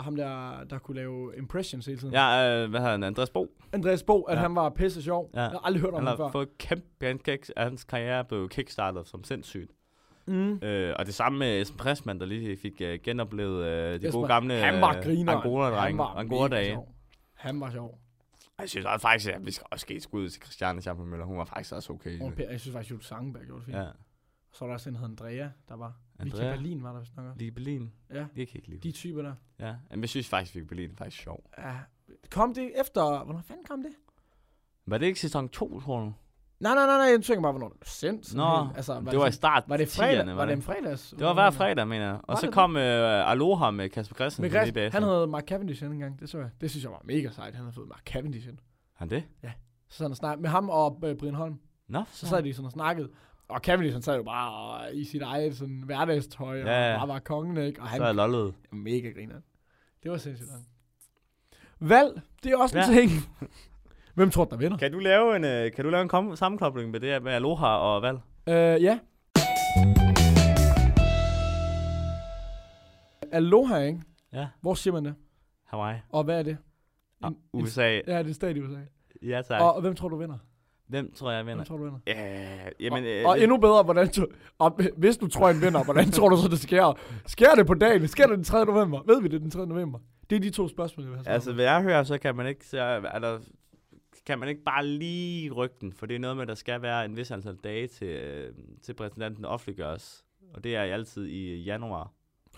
[SPEAKER 3] ham der, der kunne lave impressions hele tiden.
[SPEAKER 1] Ja, øh, hvad hedder han? Andreas Bo.
[SPEAKER 3] Andreas Bo, at ja.
[SPEAKER 1] Ja.
[SPEAKER 3] han var pisse sjov.
[SPEAKER 1] Ja.
[SPEAKER 3] Jeg har aldrig hørt om
[SPEAKER 1] Han
[SPEAKER 3] ham
[SPEAKER 1] har
[SPEAKER 3] før.
[SPEAKER 1] fået kæmpe... Han, kick- hans karriere blev kickstartet som sindssygt.
[SPEAKER 3] Mm.
[SPEAKER 1] Øh, og det samme med Esben Pressmann, der lige fik øh, genoplevet øh, de
[SPEAKER 3] Esben,
[SPEAKER 1] gode gamle
[SPEAKER 3] Han var griner.
[SPEAKER 1] Angola-drenge. Angola-dage.
[SPEAKER 3] Han var sjov.
[SPEAKER 1] Jeg synes også faktisk, at vi skal også give et skud til Christiane Schampe-Møller. Hun var faktisk også okay. i
[SPEAKER 3] Og
[SPEAKER 1] det.
[SPEAKER 3] Per, jeg synes faktisk, Jules Sangenberg gjorde det fint.
[SPEAKER 1] Ja.
[SPEAKER 3] Så var der også en, der hed Andrea, der var. Vicky
[SPEAKER 1] Andrea.
[SPEAKER 3] Berlin var der, hvis nok også.
[SPEAKER 1] Lige Berlin.
[SPEAKER 3] Ja,
[SPEAKER 1] Jeg kan ikke lide.
[SPEAKER 3] de typer der.
[SPEAKER 1] Ja. Men jeg synes faktisk, at Berlin er faktisk sjov.
[SPEAKER 3] Ja. Kom det efter... Hvornår fanden kom det?
[SPEAKER 1] Var det ikke sæson 2, tror du?
[SPEAKER 3] Nej, nej, nej, nej, jeg tænker bare, hvornår det blev sendt. sådan
[SPEAKER 1] Nå,
[SPEAKER 3] helt. altså, var
[SPEAKER 1] det, var i
[SPEAKER 3] sådan-
[SPEAKER 1] start
[SPEAKER 3] var det fredag?
[SPEAKER 1] 10'erne,
[SPEAKER 3] Var, det en fredags?
[SPEAKER 1] Det var hver fredag, mener jeg. Og
[SPEAKER 3] Var
[SPEAKER 1] så
[SPEAKER 3] det
[SPEAKER 1] kom øh, Aloha med Kasper Christensen.
[SPEAKER 3] Men
[SPEAKER 1] lige
[SPEAKER 3] Chris,
[SPEAKER 1] bagefter.
[SPEAKER 3] han havde Mark Cavendish en gang, det så jeg. Det synes jeg var mega sejt, han havde fået Mark Cavendish ind.
[SPEAKER 1] Han det?
[SPEAKER 3] Så sådan og snak med ham og øh, Brian Holm.
[SPEAKER 1] Nå,
[SPEAKER 3] Så sad de sådan og snakkede. Og Cavendish, han sad jo bare og, i sit eget sådan, hverdagstøj, ja,
[SPEAKER 1] Ja,
[SPEAKER 3] ja.
[SPEAKER 1] ja.
[SPEAKER 3] og bare var kongen, ikke? Og han
[SPEAKER 1] Så er jeg lollet.
[SPEAKER 3] er mega griner. Det var sindssygt. nok. Valg, det er også ja. en
[SPEAKER 1] Ja.
[SPEAKER 3] ting. Hvem tror du, der vinder?
[SPEAKER 1] Kan du lave en, øh, kan du lave en kom- sammenkobling med det her med Aloha og Val?
[SPEAKER 3] Øh, ja. Aloha, ikke?
[SPEAKER 1] Ja.
[SPEAKER 3] Hvor siger man det?
[SPEAKER 1] Hawaii.
[SPEAKER 3] Og hvad er det?
[SPEAKER 1] Og
[SPEAKER 3] En- en-
[SPEAKER 1] USA.
[SPEAKER 3] Ja, det er stat i USA.
[SPEAKER 1] Ja, tak.
[SPEAKER 3] Og, og hvem tror du vinder?
[SPEAKER 1] Hvem tror jeg
[SPEAKER 3] Hvem
[SPEAKER 1] vinder?
[SPEAKER 3] tror du vinder?
[SPEAKER 1] Ja, jamen... øh,
[SPEAKER 3] og, og endnu bedre, hvordan du, og hvis du tror, en vinder, hvordan tror du så, det sker? Sker det på dagen? Sker det den 3. november? Ved vi det den 3. november? Det er de to spørgsmål, jeg vil have svaret
[SPEAKER 1] Altså,
[SPEAKER 3] på.
[SPEAKER 1] hvad jeg hører, så kan man ikke... Så, eller, kan man ikke bare lige rykke den? For det er noget med, at der skal være en vis antal dage til, øh, til præsidenten offentliggøres. Og det er altid i januar.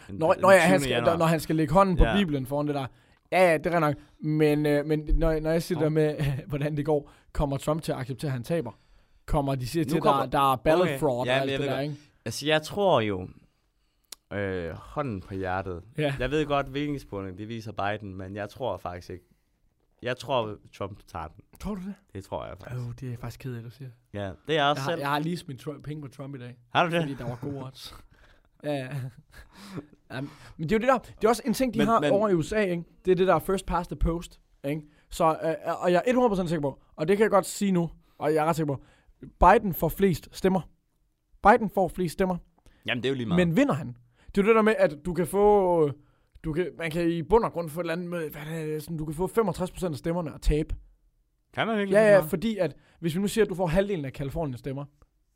[SPEAKER 1] Den-
[SPEAKER 3] Når,
[SPEAKER 1] den
[SPEAKER 3] når, ja, han
[SPEAKER 1] 20.
[SPEAKER 3] skal,
[SPEAKER 1] januar.
[SPEAKER 3] når, når han skal lægge hånden på
[SPEAKER 1] Ja.
[SPEAKER 3] Bibelen foran det der. Ja, ja, det er rigtig nok. Men, øh, men når, når jeg siger det der med, hvordan det går, kommer Trump til at acceptere, at han taber? Kommer de siger
[SPEAKER 1] Nu
[SPEAKER 3] til,
[SPEAKER 1] kommer-
[SPEAKER 3] der, der er ballot
[SPEAKER 1] Okay.
[SPEAKER 3] fraud og
[SPEAKER 1] Ja, men
[SPEAKER 3] alt
[SPEAKER 1] jeg
[SPEAKER 3] det
[SPEAKER 1] ved
[SPEAKER 3] der,
[SPEAKER 1] godt.
[SPEAKER 3] ikke?
[SPEAKER 1] Altså, jeg tror jo... Øh, hånden på hjertet.
[SPEAKER 3] Ja.
[SPEAKER 1] Jeg ved godt, hvilken spurgning det viser Biden, men jeg tror faktisk ikke. Jeg tror, Trump tager den.
[SPEAKER 3] Tror du det?
[SPEAKER 1] Det tror jeg faktisk.
[SPEAKER 3] Øh, det er faktisk kedeligt, at du siger.
[SPEAKER 1] Ja, det er jeg også
[SPEAKER 3] Jeg har,
[SPEAKER 1] selv.
[SPEAKER 3] jeg har lige smidt Trump, penge på Trump i dag.
[SPEAKER 1] Har du det?
[SPEAKER 3] fordi der var gode odds. ja, ja. Jamen, men det er jo det der, det er også en ting, de men,
[SPEAKER 1] Men-
[SPEAKER 3] har men,
[SPEAKER 1] men-
[SPEAKER 3] over i USA, ikke? det er det der first past the post, ikke? Så, øh, og jeg er 100% sikker på, og det kan jeg godt sige nu, og jeg er ret sikker på, Biden får flest stemmer. Biden får flest stemmer,
[SPEAKER 1] Jamen, det er jo lige
[SPEAKER 3] Nej.
[SPEAKER 1] meget.
[SPEAKER 3] men vinder han? Det er jo det der med, at du kan få, øh, du kan, man kan i bund og grund få et eller andet med, hvad er det, sådan, du kan få 65% af stemmerne og tabe.
[SPEAKER 1] kan man virkelig
[SPEAKER 3] Ja,
[SPEAKER 1] så
[SPEAKER 3] ja,
[SPEAKER 1] meget?
[SPEAKER 3] fordi at, hvis vi nu siger, at du får halvdelen af Kaliforniens stemmer,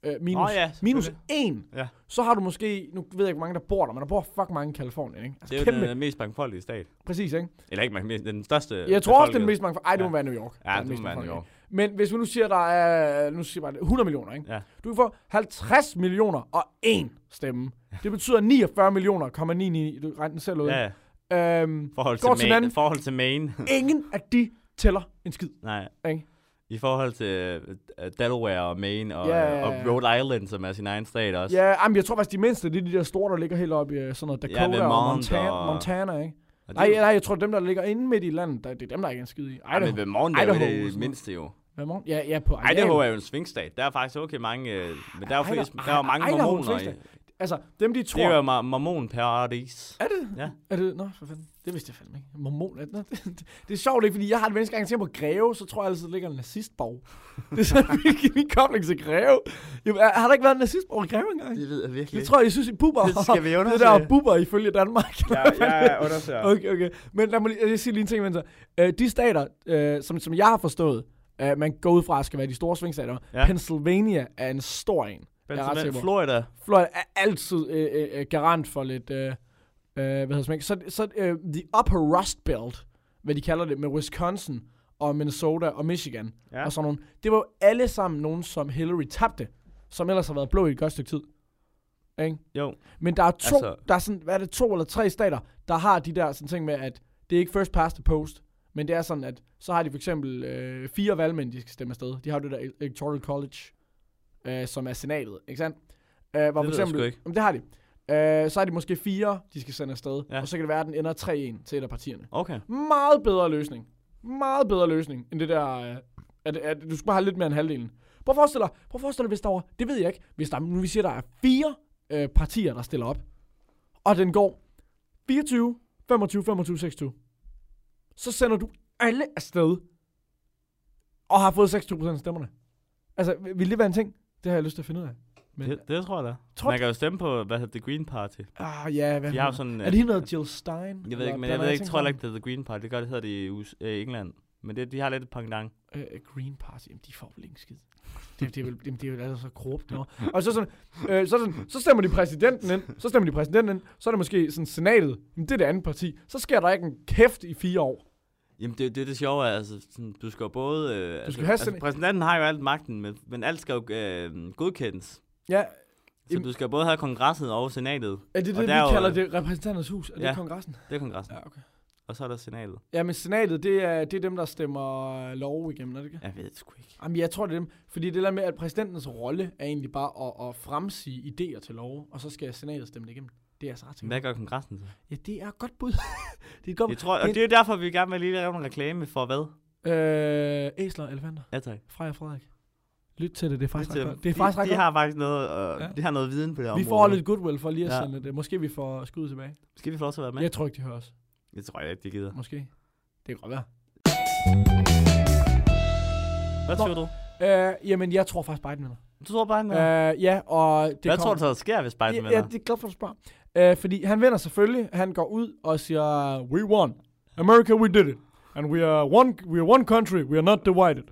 [SPEAKER 3] øh, minus,
[SPEAKER 1] Nå ja,
[SPEAKER 3] minus
[SPEAKER 1] selvfølgelig.
[SPEAKER 3] 1,
[SPEAKER 1] Ja.
[SPEAKER 3] så har du måske, nu ved jeg ikke, hvor mange der bor der, men der bor fuck mange i Kalifornien, ikke?
[SPEAKER 1] Det
[SPEAKER 3] Altså,
[SPEAKER 1] er jo
[SPEAKER 3] kæmpe,
[SPEAKER 1] den øh, mest bankfoldige stat.
[SPEAKER 3] præcis, ikke?
[SPEAKER 1] Eller ikke mest, den største.
[SPEAKER 3] Jeg tror også,
[SPEAKER 1] befolkede.
[SPEAKER 3] den mest mange... Ej, det må
[SPEAKER 1] Ja.
[SPEAKER 3] være New York. der er
[SPEAKER 1] Ja,
[SPEAKER 3] den
[SPEAKER 1] det
[SPEAKER 3] mest
[SPEAKER 1] må man
[SPEAKER 3] mange-
[SPEAKER 1] jo.
[SPEAKER 3] Men hvis vi nu siger, der er nu siger jeg bare det, 100 millioner, ikke?
[SPEAKER 1] Ja.
[SPEAKER 3] Du kan få 50 millioner og én stemme. Det betyder 49 millioner, komma 99, du regner den selv ud.
[SPEAKER 1] Ja, ja.
[SPEAKER 3] Ja. Øhm,
[SPEAKER 1] forhold
[SPEAKER 3] Går
[SPEAKER 1] til,
[SPEAKER 3] til den
[SPEAKER 1] Maine.
[SPEAKER 3] anden.
[SPEAKER 1] forhold til Maine.
[SPEAKER 3] ingen af de tæller en skid.
[SPEAKER 1] Nej.
[SPEAKER 3] Ikke?
[SPEAKER 1] I forhold til øh, Delaware og Maine og,
[SPEAKER 3] Ja, ja, ja.
[SPEAKER 1] og Rhode Island, som er sin egen stat også.
[SPEAKER 3] Ja, jamen, jeg tror faktisk, de mindste, det er de der store, der ligger helt oppe i øh, sådan noget
[SPEAKER 1] Ja,
[SPEAKER 3] Dakota
[SPEAKER 1] Vermont
[SPEAKER 3] og Montana,
[SPEAKER 1] og-
[SPEAKER 3] Montana, ikke?
[SPEAKER 1] Og
[SPEAKER 3] Nej,
[SPEAKER 1] det,
[SPEAKER 3] nej, jeg tror, dem, der ligger inde midt i landet, der, det er dem, der ikke er en skid i.
[SPEAKER 1] Ej, men
[SPEAKER 3] Idaho.
[SPEAKER 1] Vermont er jo
[SPEAKER 3] Idaho og sådan
[SPEAKER 1] det
[SPEAKER 3] noget.
[SPEAKER 1] mindste jo.
[SPEAKER 3] Vermont? Ja, ja, på areal.
[SPEAKER 1] Idaho er jo en svingstat. Der er faktisk okay mange... Øh, men der er jo
[SPEAKER 3] Ida-
[SPEAKER 1] flest, der er jo mange
[SPEAKER 3] Idaho er en
[SPEAKER 1] mormoner i.
[SPEAKER 3] svingstat. Altså, dem de tror...
[SPEAKER 1] Det er jo ma- mormonparadis.
[SPEAKER 3] Er det?
[SPEAKER 1] Ja.
[SPEAKER 3] Er det? Nå, for fanden. Det vidste jeg fandme ikke. Mormon. Er det, det, det, det er sjovt, ikke? Fordi jeg har et menneske, jeg tænker på Greve, så tror jeg altid, der ligger en nazistborg. det er sådan min, min kobling til Greve. Jamen, er- har der ikke været en nazistborg i Greve engang?
[SPEAKER 1] Det ved jeg virkelig
[SPEAKER 3] Det tror jeg, I synes, I buber.
[SPEAKER 1] Det skal vi
[SPEAKER 3] Det
[SPEAKER 1] undersøge.
[SPEAKER 3] der buber ifølge Danmark.
[SPEAKER 1] undersøger.
[SPEAKER 3] okay, okay. Men lad mig lige, jeg siger lige en ting, men så. Øh, de stater, øh, som, som jeg har forstået, øh, man går ud fra, skal være de store svingstater.
[SPEAKER 1] Ja.
[SPEAKER 3] Ja. Pennsylvania er en stor en. Jeg er ret sikker på.
[SPEAKER 1] Pennsylvania, Florida.
[SPEAKER 3] Florida er altid øh, øh, øh, garant for lidt, øh, øh, hvad hedder det, smæk. så, så øh, the upper rust belt, hvad de kalder det, med Wisconsin og Minnesota og Michigan
[SPEAKER 1] Ja.
[SPEAKER 3] ja. og sådan nogle. Det var jo alle sammen nogen, som Hillary tabte, som ellers har været blå i et godt stykke tid. Ikke?
[SPEAKER 1] Jo.
[SPEAKER 3] Men der er
[SPEAKER 1] Altså-
[SPEAKER 3] to, altså, der er sådan, hvad er det, to eller tre stater, der har de der sådan ting med, at det er ikke first past the post, men det er sådan, at så har de for eksempel øh, fire valgmænd, de skal stemme afsted. De har jo det der Electoral College, øh, som er senatet, ikke sandt? Øh, hvor
[SPEAKER 1] ved
[SPEAKER 3] for
[SPEAKER 1] jeg sgu
[SPEAKER 3] eksempel,
[SPEAKER 1] ikke.
[SPEAKER 3] Jamen, det har de. Øh, så har de måske fire, de skal sende afsted,
[SPEAKER 1] Ja.
[SPEAKER 3] ja. og så kan det være, at den ender 3-1 til et af partierne.
[SPEAKER 1] Okay.
[SPEAKER 3] Meget bedre løsning. Meget bedre løsning, end det der... Øh, at, at, du skal bare have lidt mere end halvdelen. Prøv at forestille dig, prøv at forestille dig hvis der var... Det ved jeg ikke. Hvis der, nu vi siger, der er fire øh, partier, der stiller op. Og den går 24, 25, 25, 26. Så sender du alle afsted. Og har fået 26% af stemmerne. Altså, vil det være en ting? Det har jeg lyst til at finde ud af. Men,
[SPEAKER 1] Det, det tror jeg da.
[SPEAKER 3] Tror
[SPEAKER 1] Man
[SPEAKER 3] du-
[SPEAKER 1] kan jo stemme på, hvad hedder The Green Party.
[SPEAKER 3] ah, ja, hvad
[SPEAKER 1] De har jo sådan...
[SPEAKER 3] er
[SPEAKER 1] øh,
[SPEAKER 3] det hende, der hedder Jill Stein?
[SPEAKER 1] Jeg ved ikke, men jeg ved ikke, tror heller ikke, det er The Green Party. Det gør det hedder det i US, øh, England. Men det, de har lidt et pendant.
[SPEAKER 3] øh, Green Party, jamen, de får vel ikke en skid. Det, det, er vel, jamen, det er vel altså så korrupt. Nå. Og så, sådan, øh, så, sådan, så stemmer de præsidenten ind, så stemmer de præsidenten ind, så er det måske sådan senatet, jamen, det er det andet parti, så sker der ikke en kæft i fire år.
[SPEAKER 1] Jamen, det, det er det sjove, er, altså, sådan, du skal jo både... Øh, du altså,
[SPEAKER 3] skal have
[SPEAKER 1] altså,
[SPEAKER 3] sådan-
[SPEAKER 1] præsidenten har jo alt magten, men, men alt skal jo øh, godkendes.
[SPEAKER 3] Ja,
[SPEAKER 1] Så
[SPEAKER 3] Jamen-
[SPEAKER 1] du skal både have kongresset og senatet.
[SPEAKER 3] er det
[SPEAKER 1] Og
[SPEAKER 3] det,
[SPEAKER 1] der er
[SPEAKER 3] vi
[SPEAKER 1] jo-
[SPEAKER 3] kalder det repræsentanternes hus? Er det
[SPEAKER 1] Ja.
[SPEAKER 3] ja. kongressen?
[SPEAKER 1] Det er kongressen. Ja.
[SPEAKER 3] okay.
[SPEAKER 1] Og så er der senatet.
[SPEAKER 3] Ja, men senatet, det er, det er dem, der stemmer øh, lov igennem, er det ikke?
[SPEAKER 1] Jeg ved det sgu ikke.
[SPEAKER 3] Jamen, jeg tror, det er dem. Fordi det der med, at præsidentens rolle er egentlig bare at, at fremsige idéer til lov, og så skal senatet stemme det igennem. Det er altså ret
[SPEAKER 1] Men
[SPEAKER 3] sikkert.
[SPEAKER 1] Hvad gør kongressen så?
[SPEAKER 3] Ja, det er et godt bud. det er et godt
[SPEAKER 1] Jeg tror, og det er jo derfor, vi gerne vil lige lave en reklame for hvad?
[SPEAKER 3] Øh, æsler og elefanter.
[SPEAKER 1] Ja, tak.
[SPEAKER 3] Freja og Frederik. Lyt til det, det er faktisk
[SPEAKER 1] Til
[SPEAKER 3] ret
[SPEAKER 1] dem.
[SPEAKER 3] godt. Det er faktisk
[SPEAKER 1] de,
[SPEAKER 3] ret
[SPEAKER 1] de
[SPEAKER 3] godt.
[SPEAKER 1] har faktisk noget, øh,
[SPEAKER 3] Ja.
[SPEAKER 1] de har noget viden på det
[SPEAKER 3] Vi
[SPEAKER 1] område.
[SPEAKER 3] får lidt goodwill for lige at
[SPEAKER 1] Ja.
[SPEAKER 3] sende det. Måske vi får skuddet tilbage.
[SPEAKER 1] Skal vi få lov til at være med?
[SPEAKER 3] Jeg tror ikke, de hører os.
[SPEAKER 1] Jeg tror jeg ikke, de gider.
[SPEAKER 3] Måske. Det kan godt være.
[SPEAKER 1] Hvad
[SPEAKER 3] Nå.
[SPEAKER 1] tror du?
[SPEAKER 3] Øh, jamen, jeg tror faktisk Biden vinder.
[SPEAKER 1] Du tror bare, øh,
[SPEAKER 3] Ja. Øh, ja, og det
[SPEAKER 1] Hvad
[SPEAKER 3] kommer-
[SPEAKER 1] tror du så, der sker, hvis Biden
[SPEAKER 3] Ja, ja, det er glad for, at du spørger. Øh, fordi han vinder selvfølgelig. Han går ud og siger, we won. America, we did it. And we are one, we are one country. We are not divided.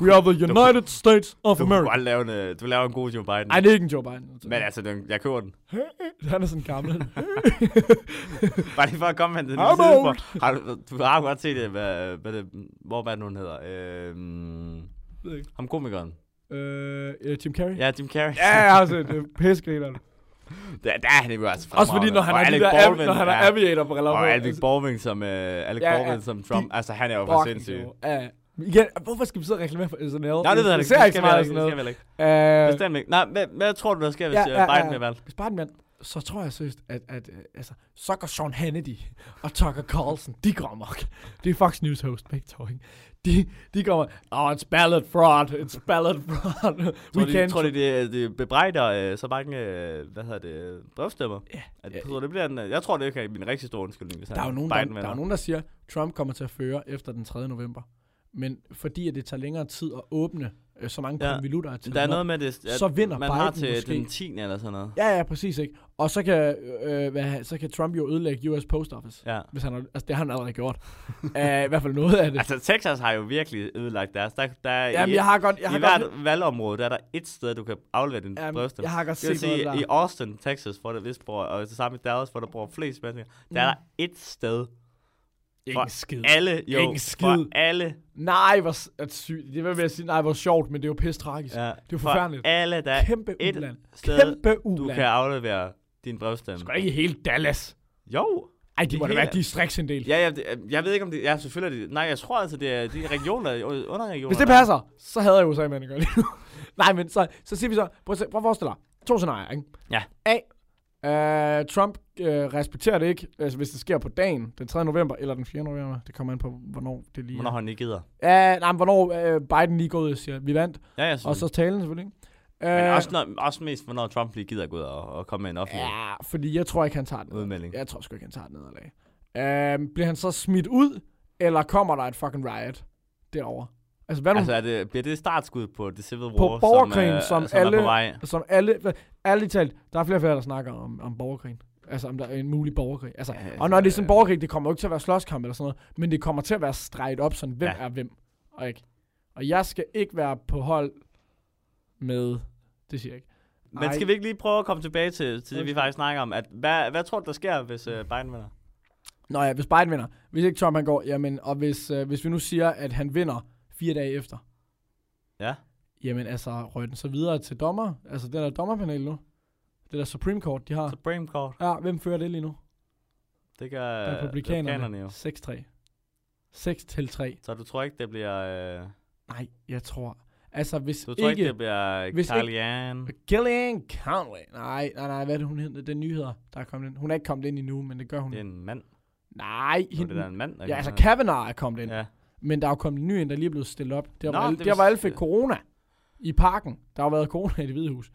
[SPEAKER 3] We are the United States of
[SPEAKER 1] Du kunne
[SPEAKER 3] America.
[SPEAKER 1] godt lave en, øh, du laver en god Joe Biden.
[SPEAKER 3] Ej, det er ikke en Joe Biden.
[SPEAKER 1] Men altså, den, jeg køber den.
[SPEAKER 3] Han er sådan gammel.
[SPEAKER 1] Bare lige for at komme med den
[SPEAKER 3] I'm
[SPEAKER 1] side
[SPEAKER 3] old.
[SPEAKER 1] for. Har du, du har jo godt set det, hvad, øh, hvad det, hvor hvad hun hedder. Øhm,
[SPEAKER 3] Ved ikke.
[SPEAKER 1] ham komikeren.
[SPEAKER 3] Øh, øh, Jim Carrey?
[SPEAKER 1] Ja, Jim Carrey.
[SPEAKER 3] ja jeg har set det. Pissegrineren.
[SPEAKER 1] Der, der er han jo altså
[SPEAKER 3] Også fordi, når
[SPEAKER 1] fremragende. Og
[SPEAKER 3] han har de
[SPEAKER 1] Alec
[SPEAKER 3] der
[SPEAKER 1] Baldwin,
[SPEAKER 3] av- når han har
[SPEAKER 1] ja.
[SPEAKER 3] aviator briller på. altså,
[SPEAKER 1] Og Alec Baldwin som, øh, Alec
[SPEAKER 3] Ja, ja,
[SPEAKER 1] Baldwin som Trump. Altså, han er jo for sindssyg.
[SPEAKER 3] Ja. Igen, hvorfor skal vi så reklamere for SNL?
[SPEAKER 1] Nej, det ved jeg ikke.
[SPEAKER 3] ser
[SPEAKER 1] Det
[SPEAKER 3] ikke
[SPEAKER 1] skal
[SPEAKER 3] så
[SPEAKER 1] vi heller
[SPEAKER 3] meget
[SPEAKER 1] ikke. Det skal vi
[SPEAKER 3] sådan
[SPEAKER 1] heller ikke.
[SPEAKER 3] noget. Øh,
[SPEAKER 1] Bestemt ikke. Nej, hvad, hvad tror du, der sker, hvis
[SPEAKER 3] Ja,
[SPEAKER 1] øh,
[SPEAKER 3] ja, ja,
[SPEAKER 1] Biden
[SPEAKER 3] ja.
[SPEAKER 1] bliver valgt?
[SPEAKER 3] Hvis bare en mand, så tror jeg seriøst, at, at øh, altså, så går Sean Hannity og Tucker Carlson, de går amok. Det er Fox News host, begge to, ikke? De, de går amok. Oh, it's ballot fraud, it's ballot fraud.
[SPEAKER 1] Tror
[SPEAKER 3] We
[SPEAKER 1] de,
[SPEAKER 3] can't
[SPEAKER 1] tror de, det, det bebrejder øh, så mange, øh, hvad hedder det, øh, brevstemmer? Ja. At,
[SPEAKER 3] ja,
[SPEAKER 1] tror, du, det bliver en, øh, jeg tror, det kan blive en rigtig stor undskyldning, hvis
[SPEAKER 3] Der er, jo
[SPEAKER 1] han,
[SPEAKER 3] nogen, der,
[SPEAKER 1] Biden
[SPEAKER 3] der er jo
[SPEAKER 1] vinder.
[SPEAKER 3] nogen, der siger, at Trump kommer til at føre efter den 3. november. Men fordi at det tager længere tid at åbne øh, så mange
[SPEAKER 1] Ja.
[SPEAKER 3] ja. konvolutter til.
[SPEAKER 1] Der er noget med det, at
[SPEAKER 3] så vinder
[SPEAKER 1] man
[SPEAKER 3] Biden
[SPEAKER 1] har til
[SPEAKER 3] måske.
[SPEAKER 1] den 10. eller sådan noget.
[SPEAKER 3] Ja, ja, præcis, ikke? Og så kan, øh, hvad, så kan Trump jo ødelægge US Post Office.
[SPEAKER 1] Ja.
[SPEAKER 3] Hvis han har, altså, det har han allerede gjort. Æh, I hvert fald noget af det.
[SPEAKER 1] Altså, Texas har jo virkelig ødelagt deres. Der, der er
[SPEAKER 3] Jamen,
[SPEAKER 1] i,
[SPEAKER 3] jeg har godt... Jeg har
[SPEAKER 1] i
[SPEAKER 3] godt,
[SPEAKER 1] hvert valgområde, der er der et sted, du kan aflevere din
[SPEAKER 3] jamen,
[SPEAKER 1] brevstemme.
[SPEAKER 3] jeg har godt
[SPEAKER 1] Det vil
[SPEAKER 3] set noget
[SPEAKER 1] sige, i
[SPEAKER 3] der.
[SPEAKER 1] Austin, Texas, hvor der vist bor, og det samme i Dallas, hvor der bor flest mennesker, der er der
[SPEAKER 3] Mm.
[SPEAKER 1] et sted.
[SPEAKER 3] Ingen skid.
[SPEAKER 1] Alle, jo,
[SPEAKER 3] Ingen
[SPEAKER 1] for
[SPEAKER 3] skid.
[SPEAKER 1] alle,
[SPEAKER 3] Nej, hvor s- at sygt. Det var ved at sige, nej, hvor sjovt, men det er jo pisse tragisk. Ja.
[SPEAKER 1] ja,
[SPEAKER 3] Det er jo
[SPEAKER 1] for
[SPEAKER 3] forfærdeligt.
[SPEAKER 1] alle, der er
[SPEAKER 3] Kæmpe
[SPEAKER 1] et
[SPEAKER 3] uland.
[SPEAKER 1] sted,
[SPEAKER 3] Kæmpe
[SPEAKER 1] du
[SPEAKER 3] uland.
[SPEAKER 1] kan aflevere din brevstemme.
[SPEAKER 3] Sgu da ikke i hele Dallas.
[SPEAKER 1] Jo.
[SPEAKER 3] Ej, de
[SPEAKER 1] Det
[SPEAKER 3] må da
[SPEAKER 1] hele-
[SPEAKER 3] være distriktsindel. Ja.
[SPEAKER 1] Ja, ja, det, jeg ved ikke, om det... Ja, selvfølgelig er det... Nej, jeg tror altså, det er de regioner, underregioner.
[SPEAKER 3] Hvis det
[SPEAKER 1] der-
[SPEAKER 3] passer, så havde jeg USA med lige nu. nej, men så, så siger vi så, prøv at, se, prøv at forestille dig, to scenarier, ikke?
[SPEAKER 1] Ja.
[SPEAKER 3] A. Øh, Trump øh, respekterer det ikke, altså, hvis det sker på dagen, den 3. november eller den 4. november. Det kommer an på, hvornår det lige
[SPEAKER 1] Hvornår
[SPEAKER 3] er.
[SPEAKER 1] han ikke gider.
[SPEAKER 3] Ja, nej, men hvornår øh, Biden lige går ud og siger, vi vandt.
[SPEAKER 1] Ja, ja,
[SPEAKER 3] Og
[SPEAKER 1] selvfølgelig.
[SPEAKER 3] så talen selvfølgelig, ikke?
[SPEAKER 1] Men
[SPEAKER 3] Øh,
[SPEAKER 1] også, når, også mest, hvornår Trump lige gider gå ud og, og komme med en offentlig ja.
[SPEAKER 3] Ja, fordi jeg tror ikke, han tager den.
[SPEAKER 1] udmelding.
[SPEAKER 3] Jeg tror sgu ikke, han tager et nederlag. Øhm, bliver han så smidt ud, eller kommer der et fucking riot derovre? Altså, hvad altså,
[SPEAKER 1] Altså, er det, bliver det startskud på The Civil War,
[SPEAKER 3] borgerkrigen,
[SPEAKER 1] som,
[SPEAKER 3] som
[SPEAKER 1] øh, som alle... er
[SPEAKER 3] alle-
[SPEAKER 1] på vej?
[SPEAKER 3] som alle... hvad- Ærligt talt, der er flere og flere, der snakker om, om borgerkrigen. Altså, om der er en mulig borgerkrig. Altså,
[SPEAKER 1] Ja, altså,
[SPEAKER 3] og når det er sådan en
[SPEAKER 1] ja.
[SPEAKER 3] borgerkrig, det kommer jo ikke til at være slåskamp eller sådan noget, men det kommer til at være streget op sådan, hvem
[SPEAKER 1] Ja.
[SPEAKER 3] ja. er hvem, og ikke. Og jeg skal ikke være på hold med... Det siger jeg ikke.
[SPEAKER 1] Men skal vi ikke lige prøve at komme tilbage til, til det, vi
[SPEAKER 3] Undskyld.
[SPEAKER 1] faktisk snakker om? At, hvad, hvad tror du, der sker, hvis øh, Biden vinder?
[SPEAKER 3] Nå ja, hvis Biden vinder. Hvis ikke Trump han går, jamen, og hvis, øh, hvis vi nu siger, at han vinder fire dage efter,
[SPEAKER 1] Ja.
[SPEAKER 3] Jamen altså, røg den så videre til dommer? Altså, det der dommerpanel nu? Det der Supreme Court, de har.
[SPEAKER 1] Supreme Court.
[SPEAKER 3] Ja, hvem fører det lige nu?
[SPEAKER 1] Det gør øh,
[SPEAKER 3] Republikanerne.
[SPEAKER 1] republikanerne jo.
[SPEAKER 3] 6-3. 6 til 3.
[SPEAKER 1] Så du tror ikke, det bliver... Øh,
[SPEAKER 3] Nej, jeg tror... Altså, hvis
[SPEAKER 1] du tror ikke,
[SPEAKER 3] ikke...
[SPEAKER 1] det bliver
[SPEAKER 3] hvis ikke-
[SPEAKER 1] Carlian?
[SPEAKER 3] Gillian Conway. Nej, nej, nej, hvad er det, hun hedder? Den nye hedder, der er kommet ind. Hun er ikke kommet ind endnu, men det gør hun.
[SPEAKER 1] Det er en mand.
[SPEAKER 3] Nej,
[SPEAKER 1] Nu er det
[SPEAKER 3] hende...
[SPEAKER 1] der en mand, der
[SPEAKER 3] ja,
[SPEAKER 1] kan-
[SPEAKER 3] altså, Kavanaugh er kommet ind. Ja.
[SPEAKER 1] Ja.
[SPEAKER 3] Men der er jo kommet en ny ind, der lige er blevet stillet op. Der,
[SPEAKER 1] Nå,
[SPEAKER 3] var, alle,
[SPEAKER 1] det
[SPEAKER 3] der
[SPEAKER 1] vil
[SPEAKER 3] var alle
[SPEAKER 1] sige-
[SPEAKER 3] fik corona i parken. Der har været corona i det hvide hus.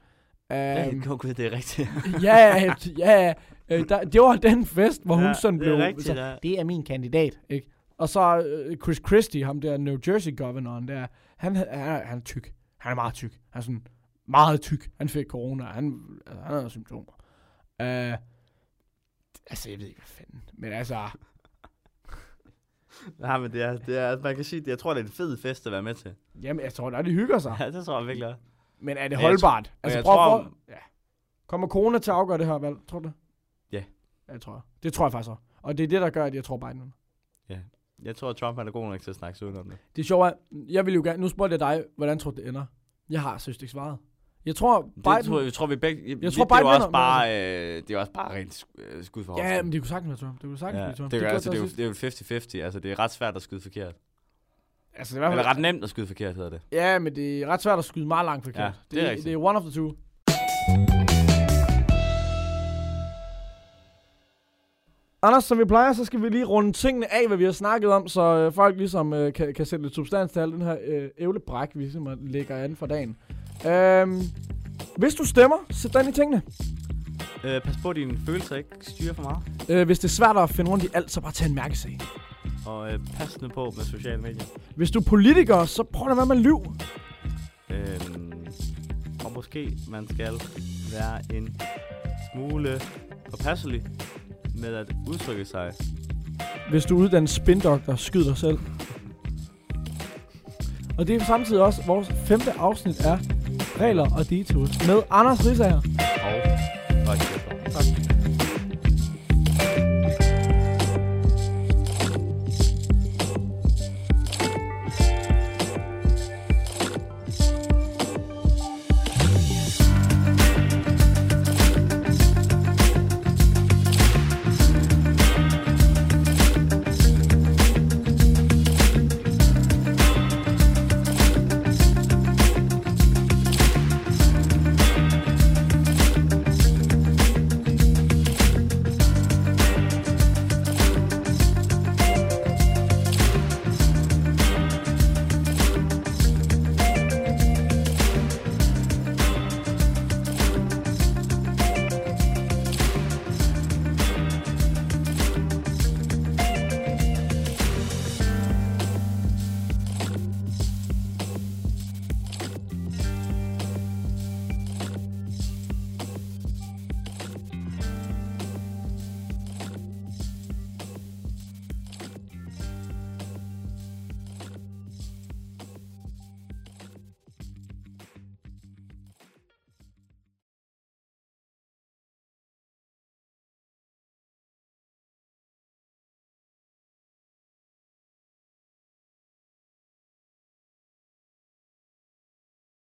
[SPEAKER 3] Øhm,
[SPEAKER 1] Um, Gud, det er rigtigt.
[SPEAKER 3] ja, ja, øh, der, det var den fest, hvor ja, hun sådan
[SPEAKER 1] det er
[SPEAKER 3] blev... altså-
[SPEAKER 1] rigtigt,
[SPEAKER 3] så,
[SPEAKER 1] ja.
[SPEAKER 3] det er min kandidat, ikke? Og så øh, Chris Christie, ham der New Jersey governoren der, han, han, er, han er tyk. Han er meget tyk. Han er sådan meget tyk. Han fik corona. Han, altså, han havde symptomer. Uh, altså, jeg ved ikke, hvad fanden. Men altså,
[SPEAKER 1] Nej, men det er, det er, altså, man kan sige, det, jeg tror, det er en fed fest at være med til.
[SPEAKER 3] jamen, jeg tror da, de hygger sig.
[SPEAKER 1] Ja, det tror jeg virkelig også.
[SPEAKER 3] Men er
[SPEAKER 1] Men
[SPEAKER 3] det
[SPEAKER 1] jeg tror-
[SPEAKER 3] holdbart?
[SPEAKER 1] men
[SPEAKER 3] altså,
[SPEAKER 1] jeg
[SPEAKER 3] prøv
[SPEAKER 1] tror-
[SPEAKER 3] at for... ja. Kommer corona til at afgøre det her valg? Tror du det?
[SPEAKER 1] Ja.
[SPEAKER 3] Ja, det tror jeg. Det tror jeg faktisk også. Og det er det, der gør, at jeg tror Biden vinder.
[SPEAKER 1] Jeg tror, at Trump han er god nok til at snakke sig udenom det.
[SPEAKER 3] Det sjove er, jeg vil jo gerne, nu spurgte jeg dig, hvordan tror du det ender? Jeg har synes det ikke svaret. Jeg tror,
[SPEAKER 1] Det
[SPEAKER 3] Biden...
[SPEAKER 1] tror jeg, jeg tror, vi begge... Jeg,
[SPEAKER 3] tror,
[SPEAKER 1] det er
[SPEAKER 3] Biden
[SPEAKER 1] jo også
[SPEAKER 3] vinder, men
[SPEAKER 1] bare, øh, det er jo også bare rent sk- øh, skud for
[SPEAKER 3] ja,
[SPEAKER 1] hoften.
[SPEAKER 3] men det kunne sagtens være Trump. Det kunne sagtens
[SPEAKER 1] Ja,
[SPEAKER 3] være Trump.
[SPEAKER 1] det, er,
[SPEAKER 3] gjorde
[SPEAKER 1] altså, det, er jo,
[SPEAKER 3] også
[SPEAKER 1] det er jo 50-50. Altså, det er ret svært at skyde forkert.
[SPEAKER 3] sidst. altså, det er i hvert
[SPEAKER 1] Eller
[SPEAKER 3] fald,
[SPEAKER 1] ret nemt at skyde forkert, hedder det.
[SPEAKER 3] ja, men det er ret svært at skyde meget langt forkert.
[SPEAKER 1] Ja, det er rigtigt.
[SPEAKER 3] det er one of the two. Anders, som vi plejer, så skal vi lige runde tingene af, hvad vi har snakket om, så øh, folk ligesom øh, kan, kan sætte lidt substans til al den her øh, ævlebræk, vi simpelthen lægger an for dagen. Øhm, hvis du stemmer, sæt dig ind i tingene.
[SPEAKER 1] Øh, pas på, at dine følelser ikke styrer for meget.
[SPEAKER 3] Øh, hvis det er svært at finde rundt i alt, så bare tag en mærkesag.
[SPEAKER 1] Og øh, pas nu på med sociale medier.
[SPEAKER 3] Hvis du er politiker, så prøv at være med liv.
[SPEAKER 1] Øh, og måske man skal være en smule påpasselig med at udtrykke sig.
[SPEAKER 3] Hvis du er uddannet spindoktor, skyd dig selv. Og det er samtidig også vores femte afsnit af Regler og Detours med Anders Risager.